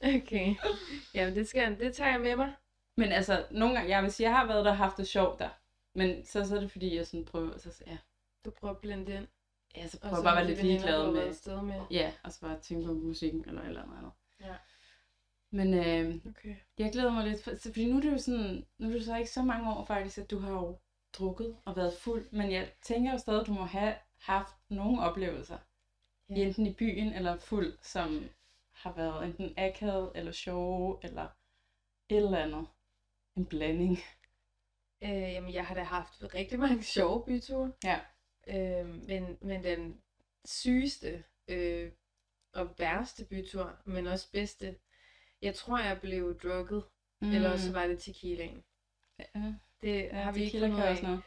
Okay. Jamen, det, skal, det tager jeg med mig.
Men altså, nogle gange, jeg vil sige, jeg har været der og haft det sjovt der. Men så, så er det fordi, jeg sådan prøver, så, ja,
Du prøver at blende den.
Ja, så prøv bare at være lidt ligeglad med.
Sted med.
Ja, og så bare tænke på musikken eller et eller andet andet.
Ja.
Men øh,
Okay.
jeg glæder mig lidt, for, så- fordi nu er det jo sådan, nu er det jo så ikke så mange år faktisk, at du har jo drukket og været fuld, men jeg tænker jo stadig, at du må have haft nogle oplevelser,
Ja.
ja. enten i byen eller fuld, som har været enten akavet eller sjove eller et eller andet. En blanding.
Øh, jamen, jeg har da haft rigtig mange [laughs] sjove byture.
Ja.
Øh, men, men den sygeste øh, og værste bytur, men også bedste, jeg tror, jeg blev drukket, mm. eller også var det tequilaen.
ja,
Det
ja,
har vi ikke
tequila
fundet
kan
ud
også
af.
noget.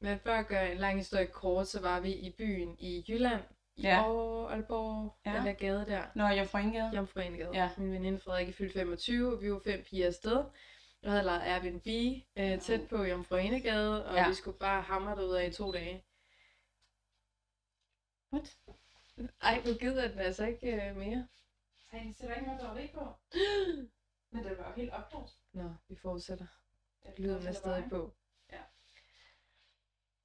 Men for at gøre en lang historie kort, så var vi i byen i Jylland, i
Ja.
ja. Aarhus, Aalborg,
Ja.
ja. den der gade der.
Nå, jeg får ingen gade.
Jomfruenegade.
Ja.
Ja. Min veninde Frederikke fyldte 25, og vi var fem piger afsted. Jeg havde lejet Airbnb øh, tæt på Jomfruenegade, og
Ja.
ja. vi skulle bare hamre derude af i to dage.
What?
Ej, nu gider den altså ikke øh, mere.
Ej, det sætter ikke noget dårligt
[gasps]
på. Men det var jo helt opblåst.
Nå, vi fortsætter. Lyden er stadig på.
Ja.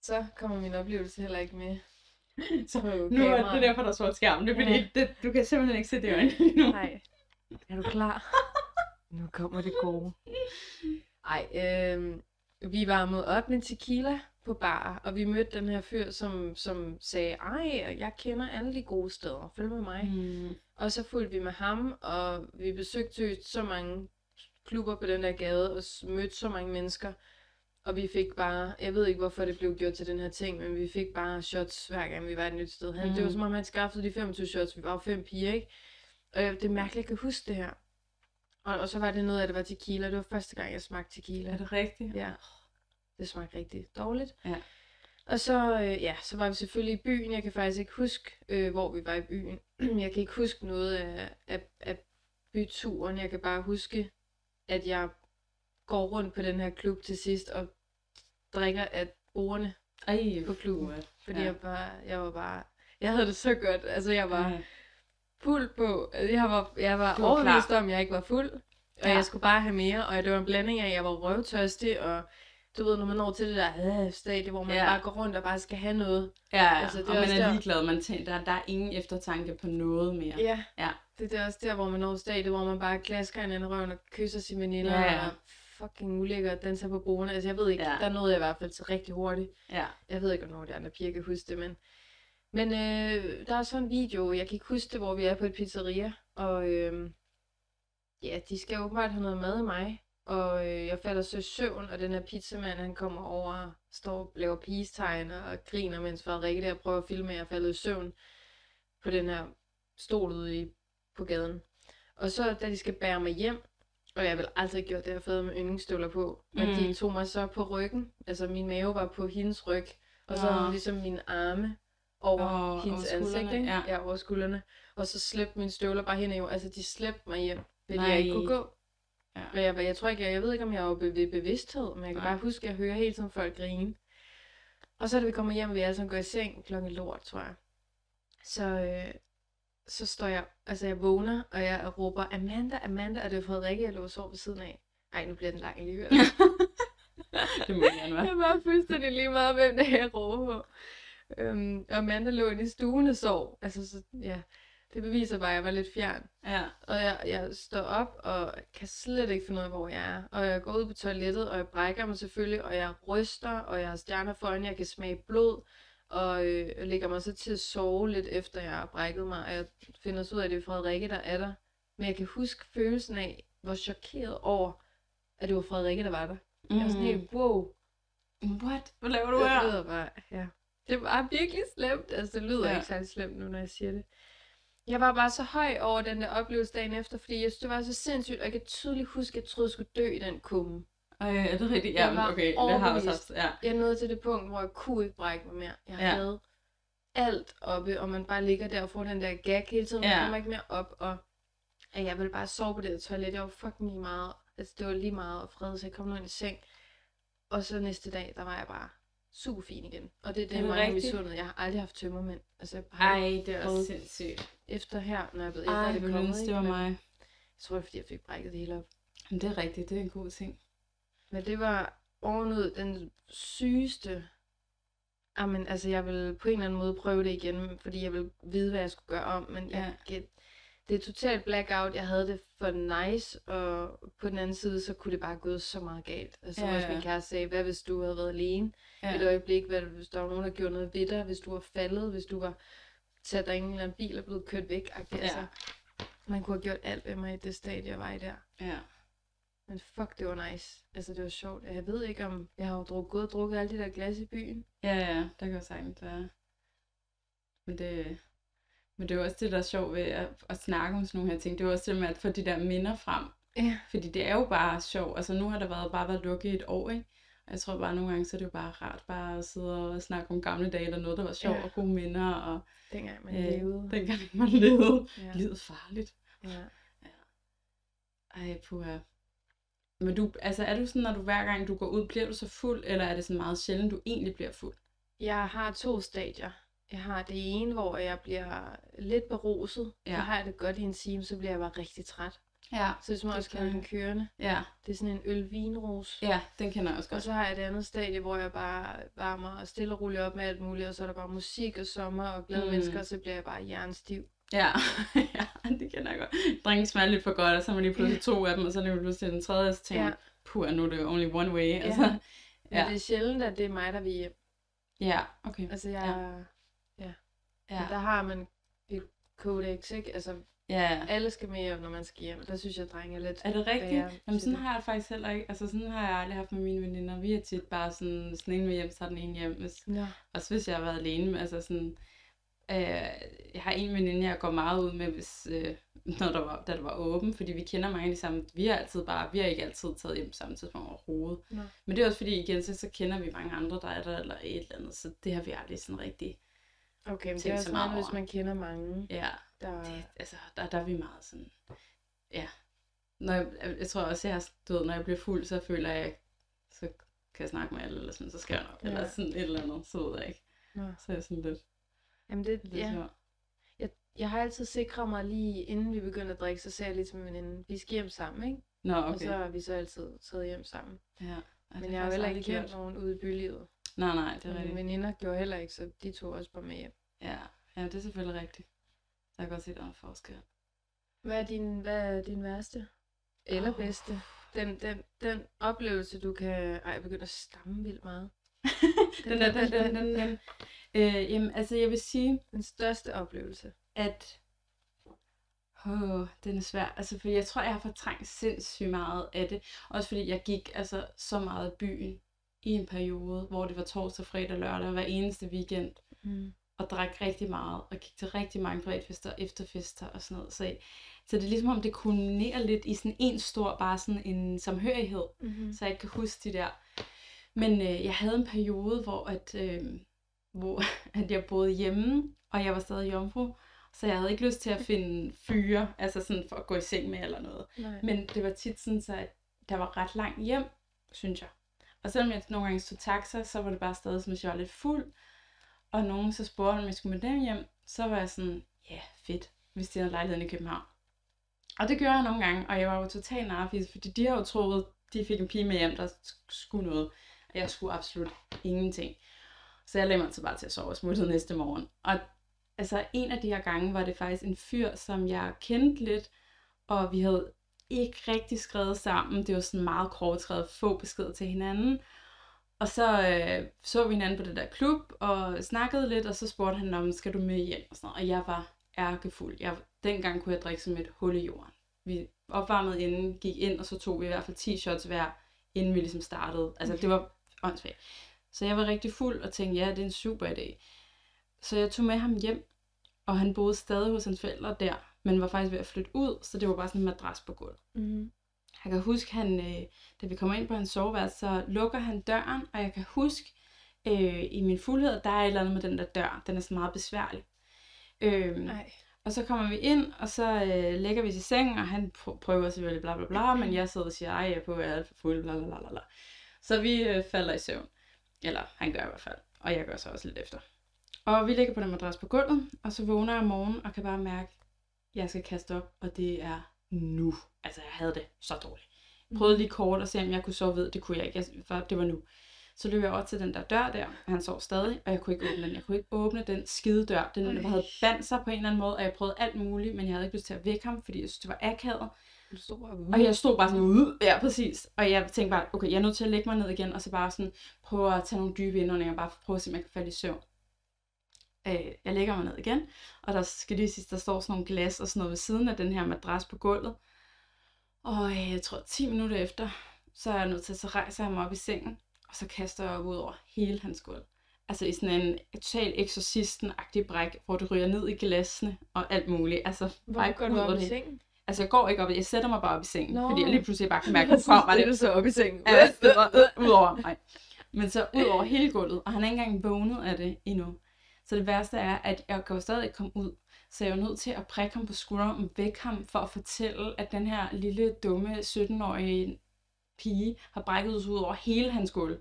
Så kommer min oplevelse heller ikke
[laughs]
med.
Så
på
Nu er det
kameraet.
derfor, der er sort skærm. Det er fordi,
Ja.
det, du kan simpelthen ikke se det i øjnene lige nu.
Nej. Er du klar? nu kommer det gode. Ej, øh, vi var mod op med tequila på bar, og vi mødte den her fyr, som, som sagde, ej, jeg kender alle de gode steder, følg med mig. Mm.
Mm.
Og så fulgte vi med ham, og vi besøgte så mange klubber på den der gade, og s- mødte så mange mennesker. Og vi fik bare, jeg ved ikke hvorfor det blev gjort til den her ting, men vi fik bare shots hver gang vi var et nyt sted hen. Mm. Det var
Mm.
som om han skaffede de 25 shots, vi var jo fem piger, ikke? Og jeg, det er mærkeligt, jeg kan huske det her. Og, og så var det noget af, det var tequila. Det var første gang, jeg smagte tequila.
Er det rigtigt?
Ja. Det smagte rigtig dårligt.
Ja.
Og så, øh, ja, så var vi selvfølgelig i byen. Jeg kan faktisk ikke huske, øh, hvor vi var i byen. [clears throat] Jeg kan ikke huske noget af, af, af byturen. Jeg kan bare huske, at jeg går rundt på den her klub til sidst og drikker af bordene.
Ej,
På klubben.
puha.
Fordi
Ja. Mm.
ja. jeg, bare, jeg var bare... Jeg havde det så godt. Altså, jeg var
Ja.
fuld på. altså, Jeg var, jeg var
Du var
overbevist om, at jeg ikke var fuld, og
Ja.
ja. jeg skulle bare have mere, og det var en blanding af, at jeg var røvtørstig, og du ved, når man når til det der øh, stadie, hvor man
Ja.
ja. bare går rundt og bare skal have noget.
Ja,
Altså,
altså,
det
det
er
og man
også
er
der-
ligeglad. Man tænker, der, der er ingen eftertanke på noget mere.
Ja.
Ja.
Det, det er også der, hvor man når stadiet, hvor man bare klasker hinanden i røven og kysser sine veninder,
Ja, ja.
og fucking ulækker og danser på bordene. Altså, jeg ved ikke,
Ja.
ja. der nåede jeg i hvert fald til rigtig hurtigt.
Ja.
Jeg ved ikke, hvornår de andre piger kan huske det, men... Men øh, der er sådan en video, jeg kan ikke huske det, hvor vi er på et pizzeria, og øh, ja, de skal åbenbart have noget mad i mig, og øh, jeg falder så i søvn, og den her pizzamand, han kommer over, og står og laver peace-tegn og griner, mens Frederikke der prøver at filme, at jeg er faldet i søvn på den her stol ude i, på gaden. Og så, da de skal bære mig hjem, og jeg vil aldrig have gjort det, jeg havde med yndlingsstøvler på, men
Mm.
de tog mig så på ryggen, altså min mave var på hendes ryg, og så
Nå.
havde hun ligesom mine arme over
Og-
og, hendes
over skuldrene,
ansigt, ikke?
ja.
Ja. ja, over skuldrene. Og så slæbte mine støvler bare hen jo. Altså, de slæbte mig hjem, fordi
Nej.
jeg ikke kunne gå.
Ja.
Ja. Og jeg, var- jeg tror ikke, jeg, jeg ved ikke, om jeg var be- ved bevidsthed, men jeg kan
Nej.
bare huske, at jeg hører hele tiden folk grine. Og så da vi kommer hjem, vil jeg altså gå i seng klokken lort, tror jeg. Så, øh, så står jeg, altså jeg vågner, og jeg råber, Amanda, Amanda, og det er Frederikke, jeg lå og sov ved siden af. Ej, nu bliver den lang
[laughs]
alligevel.
Det må jeg
[laughs]
gerne være.
Jeg var fuldstændig lige meget, hvem det er, jeg råber på. Øhm, og Amanda lå inde i stuen og sov. Altså, så, ja, det beviser bare, at jeg var lidt fjern.
Ja.
Og jeg, jeg står op og kan slet ikke finde ud af, hvor jeg er. Og jeg går ud på toilettet, og jeg brækker mig selvfølgelig, og jeg ryster, og jeg har stjerner for øjnene, jeg kan smage blod. Og øh, jeg lægger mig så til at sove lidt efter, jeg har brækket mig, og jeg finder så ud af, at det er Frederikke, der er der. Men jeg kan huske følelsen af, hvor chokeret over, at det var Frederikke, der var der. Jeg var sådan helt, "Mm, wow,
What? Hvad laver du
det
her?
lyder bare, ja. Det var virkelig slemt. Altså, det lyder
Ja.
ja. ikke særlig slemt nu, når jeg siger det. Jeg var bare så høj over den der oplevelse dagen efter, fordi jeg synes, det var så sindssygt, og jeg kan tydeligt huske, at jeg troede, jeg skulle dø i den kumme.
Ej, er det rigtigt?
Jeg
Ja, men
var
okay. Det har jeg også haft.
overbevist.
Ja.
Jeg nåede til det punkt, hvor jeg kunne ikke brække mig mere. Jeg
Ja.
ja. havde alt oppe, og man bare ligger der og får den der gag hele tiden, ja.
Ja.
man kommer ikke mere op, og at jeg ville bare sove på det der toilet. Jeg var fucking lige meget, altså det var lige meget og fred, så jeg kom nu ind i seng. Og så næste dag, der var jeg bare super fin igen. Og det, det
Er
er
det
mange
rigtigt?
misundede. Jeg har aldrig haft tømmermænd. Altså, jeg har
Ej, det er også
Prøvet.
sindssygt.
efter her, når jeg blev ældre,
Ej,
er
det
det
ville
kommet,
ønske,
ikke?
det var
Men
mig.
Jeg tror, det er, fordi jeg fik brækket det hele op.
Men det er rigtigt. Det er en god ting.
Men det var ovenud den sygeste... Jamen, altså, jeg vil på en eller anden måde prøve det igen, fordi jeg vil vide, hvad jeg skulle gøre om, men ja. jeg, kan- det er totalt blackout. Jeg havde det for nice, og på den anden side, så kunne det bare gå så meget galt. Altså,
Ja,
ja, også
ja.
min kæreste sagde, hvad hvis du havde været alene ja. et
Ja.
øjeblik, hvad, hvis der var nogen, der gjorde noget ved dig, hvis du var faldet, hvis du var sat dig i en eller anden bil og blevet kørt væk. Ja. Altså,
Ja.
man kunne have gjort alt ved mig i det stadie, jeg var i der.
ja.
Men fuck, det var nice. Altså, det var sjovt. Jeg ved ikke om... Jeg har jo drukket, gået og drukket alle de der glas i byen.
Ja, ja, der kan jo sagtens være. Men det, men det er jo også det, der er sjovt ved at, at snakke om sådan nogle her ting. Det er jo også det med at få de der minder frem.
Ja.
Fordi det er jo bare sjovt. Altså nu har der været, bare været lukket i et år, ikke? Og jeg tror bare, nogle gange, så er det jo bare rart bare at sidde og snakke om gamle dage, eller noget, der var sjovt
Ja.
og gode minder, og
Dengang man
Øh,
levede.
dengang [laughs] man levede.
Ja.
Livet farligt.
ja.
Ej, puha. Men du, altså er du sådan, når du hver gang du går ud, bliver du så fuld, eller er det sådan meget sjældent, du egentlig bliver fuld?
Jeg har to stadier. Jeg har det ene, hvor jeg bliver lidt beruset.
Ja.
Ja. Så har jeg det godt i en time, så bliver jeg bare rigtig træt.
Ja.
Så det er som
Det
også
kan
kalder
jeg.
den kørende.
Ja,
Det er sådan en øl-vinrus.
ja den kender jeg også
Og
godt.
så har jeg det andet stadie, hvor jeg bare varmer og stille og roligt op med alt muligt, og så er der bare musik og sommer og glade
Mm.
mm. mennesker, og så bliver jeg bare jernstiv.
Ja, [laughs] ja, det kender jeg godt. Drengen smager lidt for godt, og så er man lige pludselig to af dem, og så er det pludselig den tredje, og så tænker
Ja.
man, puh, nu er det jo only one way. [laughs] Ja. Altså,
Men
Ja.
det er sjældent, at det er mig, der vil hjem.
ja, okay.
Altså, jeg... Ja.
Ja,
Der har man et kodex, ikke? Altså,
Ja.
Alle skal med hjem, når man skal hjem. Der synes jeg, at drenge er lidt...
Er det rigtigt?
Ja,
Jamen,
så det-
sådan har jeg det faktisk heller ikke. Altså, sådan har jeg aldrig haft med mine veninder. Vi er tit bare sådan, hvis den ene vil hjem, så er den ene hjem. Hvis,
Ja.
også hvis jeg har været alene. men Altså sådan, øh, jeg har en veninde, jeg går meget ud med, hvis, øh, [laughs] når der var, da der var åben. Fordi vi kender mange af de samme. Vi har altid bare, vi har ikke altid taget hjem på samme tidspunkt overhovedet.
Nå.
Men det er også fordi, igen, så, så kender vi mange andre, der er der eller et eller andet. Så det har vi aldrig sådan rigtig.
Okay, men det
Tænk
er
så
også
meget
meget,
over.
hvis man kender mange,
Ja.
der...
det, altså, der, der er vi meget sådan, ja. Når jeg, jeg, jeg tror også, jeg har, du ved, når jeg bliver fuld, så føler jeg, så kan jeg snakke med alle, eller sådan, så skal jeg nok, ja.
Ja.
eller sådan et eller andet, så ved jeg ikke.
Nå.
Så er jeg sådan lidt,
Jamen det,
lidt
ja.
sjov.
jeg, jeg har altid sikret mig lige, inden vi begynder at drikke, så ser jeg lige til min veninde, vi skal hjem sammen, ikke?
Nå,
Okay. Og
okay.
så er vi så altid taget hjem sammen.
ja. Ej, det
Men jeg har jo
faktisk
heller
aldrig
ikke kendt
gjort.
nogen ude i bylivet.
Nej, nej, det
Og
er
Mine
rigtigt.
veninder gjorde heller ikke, så de tog også bare med hjem.
Ja. ja, det er selvfølgelig rigtigt. Jeg kan godt se, der er en forskel.
Hvad er din, hvad er din værste? Eller
Åh.
oh. bedste? Den, den, den oplevelse, du kan... Ej, jeg begynder at stamme vildt
[laughs]
meget.
Den, den, den, den, den, den. Øh, jamen, altså, jeg vil sige,
Den største oplevelse.
at... Åh, den er svær. Altså, for jeg tror, jeg har fortrængt sindssygt meget af det. Også fordi jeg gik altså, så meget i byen i en periode, hvor det var torsdag, fredag, lørdag hver eneste weekend.
Mm.
Og drak rigtig meget, og gik til rigtig mange privatfester, efterfester og sådan noget. Så, så det er ligesom om, det kulminerer lidt i sådan en stor, bare sådan en samhørighed
Mm-hmm.
så jeg ikke kan huske de der. Men øh, jeg havde en periode, hvor, at, øh, hvor [laughs] at jeg boede hjemme, og jeg var stadig jomfru, så jeg havde ikke lyst til at finde fyre, altså sådan for at gå i seng med eller noget.
Nej.
Men det var tit sådan, så at der var ret langt hjem, synes jeg. Og selvom jeg nogle gange stod taxa, så var det bare stadig, som hvis jeg var lidt fuld. Og nogen så spurgte, om jeg skulle med dem hjem, så var jeg sådan, ja, yeah, fedt, hvis de havde lejligheden i København. Og det gjorde jeg nogle gange, og jeg var jo totalt narfis, fordi de har jo troet, de fik en pige med hjem, der sk- skulle noget. Og jeg skulle absolut ingenting. Så jeg lagde mig altså bare til at sove og smuttede næste morgen. Og altså en af de her gange var det faktisk en fyr, som jeg kendte lidt, og vi havde ikke rigtig skrevet sammen. Det var sådan meget kortskrevet, få beskeder til hinanden. Og så øh, så vi hinanden på det der klub og snakkede lidt, og så spurgte han om, skal du med hjem? Og, sådan noget. og jeg var ærkefuld. Jeg, dengang kunne jeg drikke som et hul i jorden. Vi opvarmede inden, gik ind, og så tog vi i hvert fald 10 shots hver, inden vi ligesom startede. Altså, det var åndssvagt. Så jeg var rigtig fuld og tænkte, ja, det er en super idé. Så jeg tog med ham hjem, og han boede stadig hos hans forældre der, men var faktisk ved at flytte ud, så det var bare sådan en madras på gulvet.
Mm-hmm.
Jeg kan huske, han, øh, da vi kommer ind på hans soveværelse, så lukker han døren, og jeg kan huske øh, i min fuldhed, der er et eller andet med den der dør. Den er så meget besværlig. Øh,
Nej.
og så kommer vi ind, og så øh, lægger vi os i sengen, og han pr- prøver selvfølgelig bla bla bla, men jeg sidder og siger, ej, jeg er på, jeg er alt for fuld, bla bla bla bla, bla. Så vi øh, falder i søvn. Eller han gør i hvert fald, og jeg gør så også lidt efter. Og vi ligger på den madras på gulvet, og så vågner jeg om morgenen og kan bare mærke, at jeg skal kaste op, og det er nu. Altså, jeg havde det så dårligt. Jeg
Mm.
prøvede lige kort at se, om jeg kunne sove ved, det kunne jeg ikke, jeg, for det var nu. Så løb jeg over til den der dør der, og han sov stadig, og jeg kunne ikke åbne den. Jeg kunne ikke åbne den skide dør. Den der
Ej.
havde bandt sig på en eller anden måde, og jeg prøvede alt muligt, men jeg havde ikke lyst til at vække ham, fordi jeg synes, det var akavet.
Du stod bare
Og jeg stod bare sådan ude, ja præcis. Og jeg tænkte bare, okay, jeg er nødt til at lægge mig ned igen, og så bare sådan prøve at tage nogle dybe indåndinger, bare for at prøve at se, om jeg kan falde i søvn. Øh, jeg lægger mig ned igen, og der skal lige sidst, der står sådan nogle glas og sådan noget ved siden af den her madras på gulvet. Og øh, jeg tror 10 minutter efter, så er jeg nødt til, at så rejser jeg mig op i sengen, og så kaster jeg op ud over hele hans gulv. Altså i sådan en total eksorcisten-agtig bræk, hvor det ryger ned i glasene og alt muligt. Altså, bare
Hvor går du
ud over
op
det
i
hele.
sengen?
Altså, jeg går ikke op, jeg sætter mig bare op i sengen,
Nå.
fordi jeg lige pludselig bare Øh, kan mærke,
Jeg
at nu
synes,
kommer
det
det
er [laughs] du så op i sengen.
ud over mig. Men så ud over hele gulvet, og han er ikke engang vågnet af det endnu. Så det værste er, at jeg kan jo stadig ikke komme ud, så jeg er jo nødt til at prikke ham på skulderen og vække ham for at fortælle, at den her lille, dumme, 17-årige pige har brækket sig ud over hele hans gulv.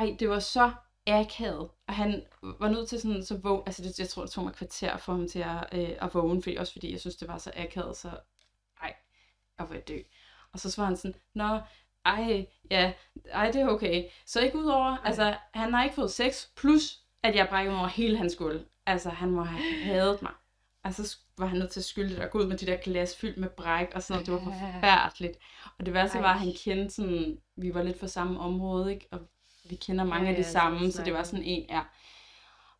Ej, det var så akavet, og han var nødt til sådan, så våg, altså det, jeg tror, det tog mig et kvarter for ham til at, øh, at vågne, fordi, også fordi jeg synes, det var så akavet, så ej, jeg var dø. Og så svarer han sådan, nå, ej, ja, ej, det er okay. Så ikke udover, altså, han har ikke fået sex, plus at jeg brækkede mig over hele hans gulv. Altså, han må have
[gasps]
hadet mig. Og så sk- var han nødt til at skylde det der gå ud med de der glas fyldt med bræk og sådan noget. Det var
Ja.
forfærdeligt. Og det værste
Ej.
var, at han kendte sådan, vi var lidt fra samme område, ikke? Og vi kender mange
Ja,
af de
ja, så
samme,
vi
så det var
snakker.
sådan en, ja.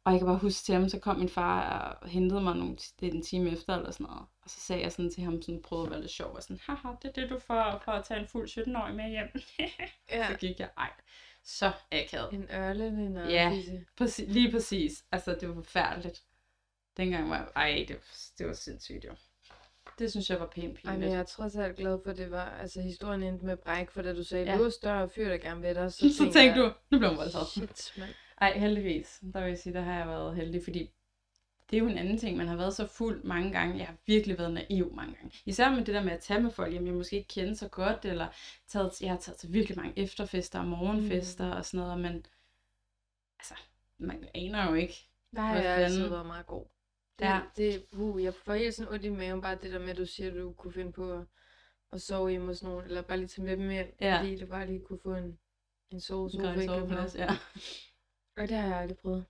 Og jeg kan bare huske til ham, så kom min far og hentede mig nogle, det er en time efter eller sådan noget. Og så sagde jeg sådan til ham, sådan prøvede at være lidt sjov, og sådan, haha, det er det, du får for at tage en fuld 17-årig med hjem.
[laughs] Ja.
så gik jeg, ej, så akavet.
En ørle, en
Ja.
ørle.
Præcis, lige præcis. Altså, det var forfærdeligt. Dengang var ej, det, det var sindssygt jo. Det synes jeg var pænt
Ej, men
pinligt.
jeg er trods alt glad for, at det var, altså historien endte med bræk, for da du sagde,
Ja.
ja. du er større fyr, der gerne ved dig, så,
[laughs] [laughs] Så tænkte du, nu blev hun voldtaget.
shit, mand.
Ej, heldigvis. Der vil jeg sige, der har jeg været heldig, fordi det er jo en anden ting. Man har været så fuld mange gange. Jeg har virkelig været naiv mange gange. Især med det der med at tage med folk, jamen jeg måske ikke kender så godt, eller taget, jeg har taget til virkelig mange efterfester og morgenfester mm. og sådan noget, og man, altså, man aner jo ikke.
Der har
Hvad
jeg altid
fanden?
været meget god. Det,
Ja.
ja. det, uh, jeg får helt sådan ondt i maven, bare det der med, at du siger, at du kunne finde på at, at sove hjemme hos nogen, eller bare lige tage med dem hjem,
Ja.
ja. fordi du bare lige kunne få en, en
Gør en
sovesovevæg.
soveplads, ja.
Og det har jeg aldrig prøvet.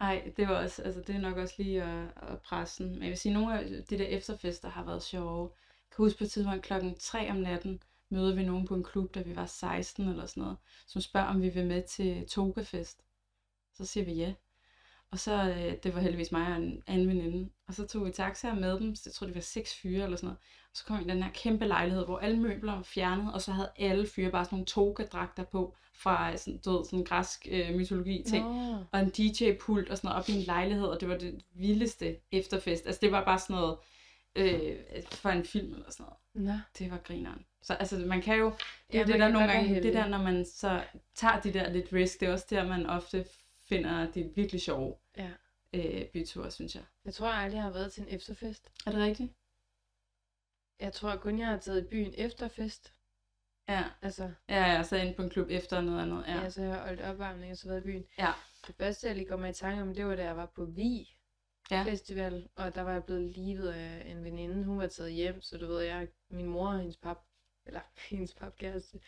Ej, det var også, altså det er nok også lige at, at presse den. Men jeg vil sige, nogle af de der efterfester har været sjove. Jeg kan huske på et tidspunkt klokken 3 om natten, møder vi nogen på en klub, da vi var 16 eller sådan noget, som spørger, om vi vil med til togafest. Så siger vi ja. Og så, øh, det var heldigvis mig og en anden veninde. Og så tog vi taxaer med dem, så jeg tror, det var seks fyre eller sådan noget. Og så kom vi i den her kæmpe lejlighed, hvor alle møbler var fjernet, og så havde alle fyre bare sådan nogle togadragter på, fra øh, sådan, du ved, sådan græsk øh, mytologi-ting
Nå.
og en DJ-pult og sådan noget op i en lejlighed, og det var det vildeste efterfest. Altså, det var bare sådan noget øh, for en film eller sådan noget.
Nå.
Det var grineren. Så altså, man kan jo, det
Ja,
er ja, det
man
der
kan
nogle
godt være
gange, det
heldig.
der, når man så tager de der lidt risk, det er også der, man ofte finder det virkelig sjove
Ja.
øh, byture, synes jeg.
Jeg tror aldrig, jeg har været til en efterfest.
Er det rigtigt?
Jeg tror kun, jeg har taget i byen efter fest.
Ja,
Altså,
ja jeg sad inde på en klub efter noget andet.
ja.
Ja.
altså jeg har holdt opvarmning og så været i byen.
Ja.
Det første, jeg lige kom i tanke om, det var, da jeg var på Vi
Ja.
ja. Festival, og der var jeg blevet livet af en veninde. Hun var taget hjem, så du ved, jeg, min mor og hendes pap, eller [laughs] hendes papkæreste, et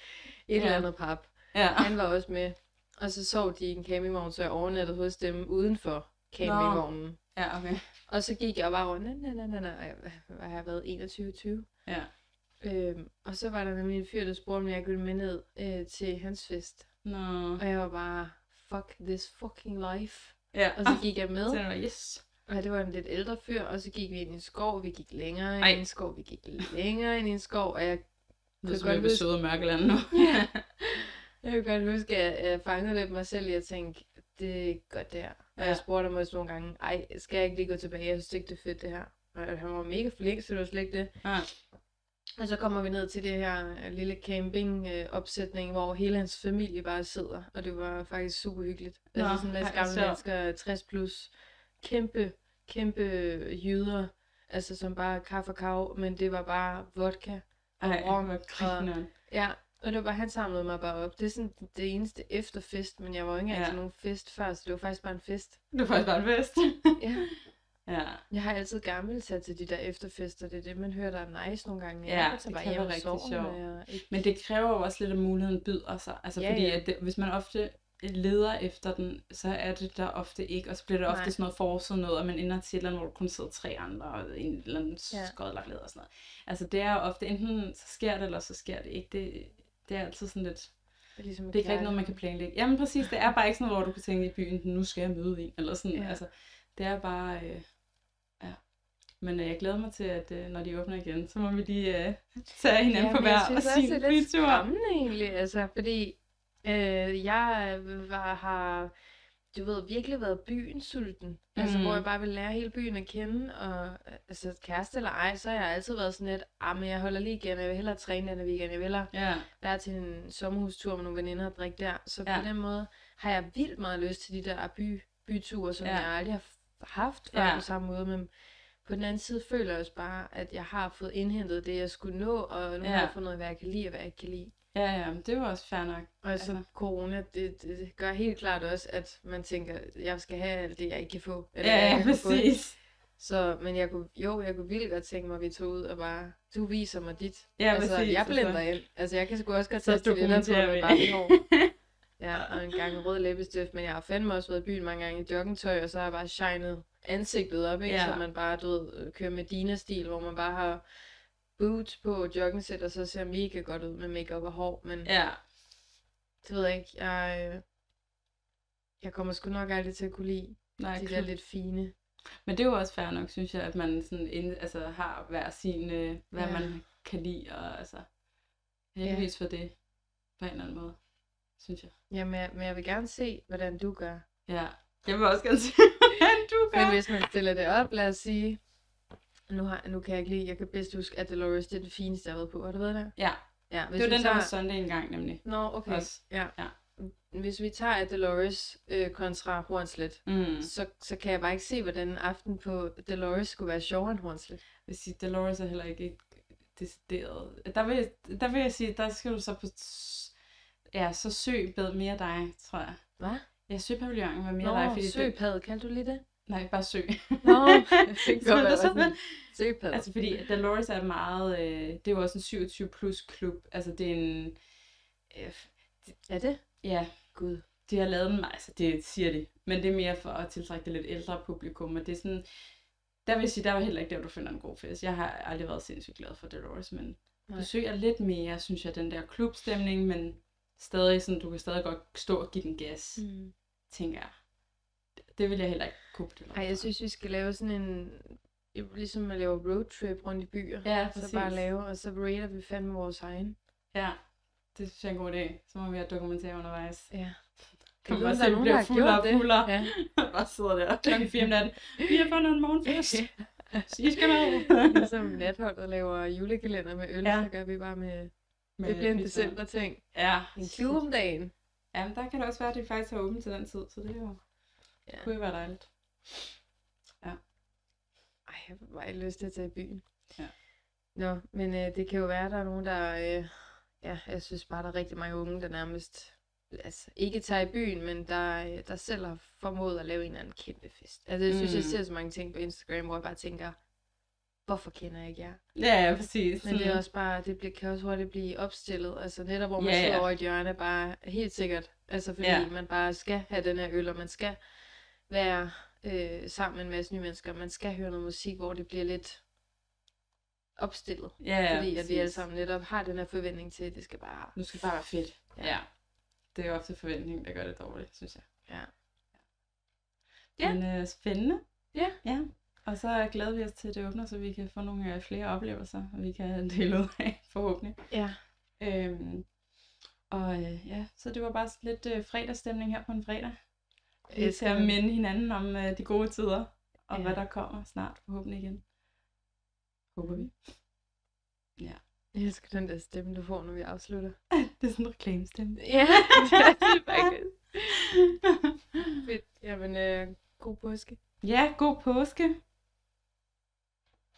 ja.
Ja.
eller andet pap,
ja.
han var også med. Og så sov de i en campingvogn, så jeg overnattede hos dem uden for campingvognen.
Ja, okay.
Og så gik jeg bare rundt, na, na, na, na, og jeg, hvad har jeg været, 21-20?
Ja.
Øhm, og så var der nemlig en fyr, der spurgte, om jeg kunne med ned øh, til hans fest.
Nå.
Og jeg var bare, fuck this fucking life.
Ja.
Og så gik jeg med.
Ah, Så den var, yes.
Ja, det var en lidt ældre fyr, og så gik vi ind i en skov, vi gik længere ind
Ej.
i en skov, vi gik længere ind i en skov, og jeg,
Det
Kan
er som
godt
en
huske-
episode af Mørkeland nu.
jeg kan godt huske, at jeg, jeg fangede lidt mig selv, i at tænke, det er ikke godt det her. Og
Ja.
jeg spurgte ham også nogle gange, ej, skal jeg ikke lige gå tilbage, jeg synes ikke, det er fedt det her. Og han var mega flink, så det var slet ikke det.
ja.
Og så kommer vi ned til det her øh, lille camping-opsætning, hvor hele hans familie bare sidder, og det var faktisk super hyggeligt. Nå,
Nå,
altså sådan
ej,
lidt gamle
hvor sjovt.
mennesker, 60 plus, kæmpe, kæmpe øh, jyder, altså som bare kaffe og kav, men det var bare vodka.
[laughs] Ej,
rom,
hvor
og-
grineren.
Ja, og det var bare, han samlede mig bare op. Det er sådan det eneste efterfest, men jeg var jo ikke engang
Ja.
ja. til nogen fest før, så det var faktisk bare en
[laughs]
fest.
Det var faktisk bare en fest.
Ja.
ja,
Jeg har altid gerne vil tage til de der efterfester, det er det, man hører, der er nice nogle gange.
Ja,
jeg tager
det
bare
kan
hjem
være
og
rigtig
sover,
sjovt.
når jeg ikke-
men det kræver jo også lidt, at muligheden byder sig. Altså, ja,
Ja,
fordi
ja.
at det, hvis man ofte leder efter den, så er det der ofte ikke, og så bliver det ofte
Nej.
sådan noget forset noget, og man ender til et eller andet, hvor der kun sidder tre andre, og en eller anden ja.
Ja.
skodlejlighed og sådan noget. Altså, det er jo ofte enten, så sker det, eller så sker det ikke. Det, det er altid sådan lidt,
Det er, ligesom
det er ikke rigtig noget, man kan planlægge. Jamen præcis, det er bare ikke sådan noget, hvor du kan tænke i byen, nu skal jeg møde en, eller sådan, ja.
Ja.
altså, det er bare, øh, ja. Men øh, jeg glæder mig til, at øh, når de åbner igen, så må vi lige øh,
[laughs]
tage hinanden ja, på
men jeg
hver og
synes også,
sin
det er lidt
bytur.
skræmmende egentlig, altså, fordi øh, jeg var, har, du ved, virkelig været byen sulten. Altså,
Mm.
hvor jeg bare vil lære hele byen at kende, og øh, altså, kæreste eller ej, så har jeg altid været sådan lidt, ah, men jeg holder lige igen, jeg vil hellere træne denne weekend, jeg vil hellere
Ja,
være til en sommerhustur med nogle veninder og drikke der. Så
Ja.
på den måde har jeg vildt meget lyst til de der by, byture, som
Ja.
ja. jeg aldrig har f- haft før
Ja.
ja. på samme måde. Men på den anden side føler jeg også bare, at jeg har fået indhentet det, jeg skulle nå, og nu
Ja.
ja. har jeg fundet, ud af, hvad jeg kan lide og hvad jeg ikke kan lide.
ja, ja, men det var også fair nok.
Og så
Altså.
altså. corona, det, det, det gør helt klart også, at man tænker, jeg skal have alt det, jeg ikke kan få.
Ja,
Eller jeg
ja,
ikke kan få.
præcis.
Så, men jeg kunne, jo, jeg kunne vildt godt tænke mig, at vi tog ud og bare, du viser mig dit.
Ja,
altså,
præcis,
jeg
altså.
blænder ind. Altså, jeg kan sgu også godt
Så
tage stiletter på
dokumenterer vi.
med bare hår.
[laughs]
Ja, og en gang rød læbestift, men jeg har fandme også været i byen mange gange i joggingtøj, og så har jeg bare shined ansigtet op, ikke?
Ja.
Ja. Så man bare, du ved, øh, kører med Dina-stil, hvor man bare har boots på joggingsæt, og så ser mega godt ud med makeup og hår, men ja.
Ja,
det ved jeg ikke, jeg, øh, jeg kommer sgu nok aldrig til at kunne lide
Nej,
de der lidt fine.
Men det er jo også fair nok, synes jeg, at man sådan ind, altså, har hver sin, øh, hvad
Ja.
ja. man kan lide, og altså, heldigvis for det, på en eller anden måde, synes jeg.
Jamen, jeg- men jeg vil gerne se, hvordan du gør.
Ja, jeg vil også gerne se, hvordan du
Men
gør.
hvis man stiller det op, lad os sige, nu, har, nu kan jeg ikke lide, jeg kan bedst huske, at Dolores det er den fineste, jeg har været på. Har du ved det?
Ja,
Ja,
det
hvis
var
vi
den, der
tager...
var Sunday engang, nemlig.
Nå, okay.
Også.
Ja.
Ja.
Hvis vi tager at Dolores øh, kontra Hornslet,
Mm.
mm. så, så kan jeg bare ikke se, hvordan en aften på Dolores skulle være sjovere end Hornslet.
Jeg vil sige, Dolores er heller ikke et decideret. Der vil, der vil jeg sige, der skal du så på... Ja, så søg bed mere dig, tror jeg.
Hvad?
Ja, søpavillonen var mere dig,
Nå,
fordi... Det,
søpad, kan du lige det?
[laughs] nej, bare søg.
Nå,
[laughs]
det kan godt
Så der
være.
så-
sådan, Søpad.
Altså fordi at Dolores er meget, øh, det er jo også en 27 plus klub, altså det er en, øh,
Er det?
ja,
Gud.
de har lavet en, altså det siger de, men det er mere for at tiltrække det lidt ældre publikum, og det er sådan, der vil jeg sige, der var heller ikke der, du finder en god fest. Jeg har aldrig været sindssygt glad for Dolores, men
Nej.
besøg er lidt mere, synes jeg, den der klubstemning, men stadig sådan, du kan stadig godt stå og give den gas, mm.
Mm.
tænker jeg. Det- Det vil jeg heller ikke kunne på Dolores.
Ej, jeg synes, vi skal lave sådan en... Ligesom man laver roadtrip rundt i byer.
ja,
så bare lave, og så rater vi fandme vores egen.
Ja, det synes jeg er en god idé. Så må vi have
[laughs]
dokumenteret undervejs.
Ja.
Kan
Kan vide,
bare
om
se,
der er
det
nogen,
bliver
der har
fuldere
gjort
og
det?
fuldere.
Ja.
bare sidder
[laughs]
der klokken 4 om natten. Vi har fundet en morgenfest. Så I
[laughs]
skal med. [laughs]
ligesom natholdet laver julekalender med øl,
Ja.
ja. så gør vi bare med... det
[laughs]
bliver en
pizza.
december-ting.
Ja.
En klub om dagen.
Jamen, der kan det også være, at det faktisk har åbent til den tid, så det er jo...
Ja.
Ja. kunne jo være dejligt.
Ej, jeg har bare ikke lyst til at tage i byen.
Ja.
Nå, men øh, det kan jo være, at der er nogen, der... Øh, ja, jeg synes bare, der er rigtig mange unge, der nærmest altså, ikke tager i byen, men der, øh, der selv har formået at lave en eller anden kæmpe fest. Altså, jeg synes, mm. jeg
Mm.
ser så mange ting på Instagram, hvor jeg bare tænker, hvorfor kender jeg ikke jer?
Ja, ja, præcis.
Men det er
Sådan-
også bare, det bliver, kan også hurtigt blive opstillet, altså netop hvor man
Ja,
ja,
ja.
ja. sidder over i et hjørne, bare helt sikkert, altså fordi
Ja.
ja. man bare skal have den her øl, og man skal være øh, sammen med en masse nye mennesker, man skal høre noget musik, hvor det bliver lidt opstillet,
ja, ja,
ja, fordi at vi
præcis.
alle sammen netop har den her forventning til, at det skal bare,
Nu skal det bare være fedt.
Ja.
Ja. ja. Det er jo ofte forventningen, der gør det dårligt, synes jeg.
Ja.
Ja. Men øh, spændende.
Ja.
ja. Og så glæder vi os til, at det åbner, så vi kan få nogle øh, flere oplevelser, og vi kan [laughs] dele ud af, forhåbentlig.
ja,
Øhm, og øh, ja, så det var bare sådan lidt øh, fredagsstemning her på en fredag. Vi
Jeg
Øh, skal
skal-
minde hinanden om øh, de gode tider,
Ja.
og ja. hvad der kommer snart, forhåbentlig igen. Håber vi.
jeg elsker den der stemme, du får, når vi afslutter.
Det er sådan en [laughs] reklamestemme.
Ja, [laughs] det er det [laughs] faktisk. Fedt. Jamen, øh, god påske.
ja, god påske.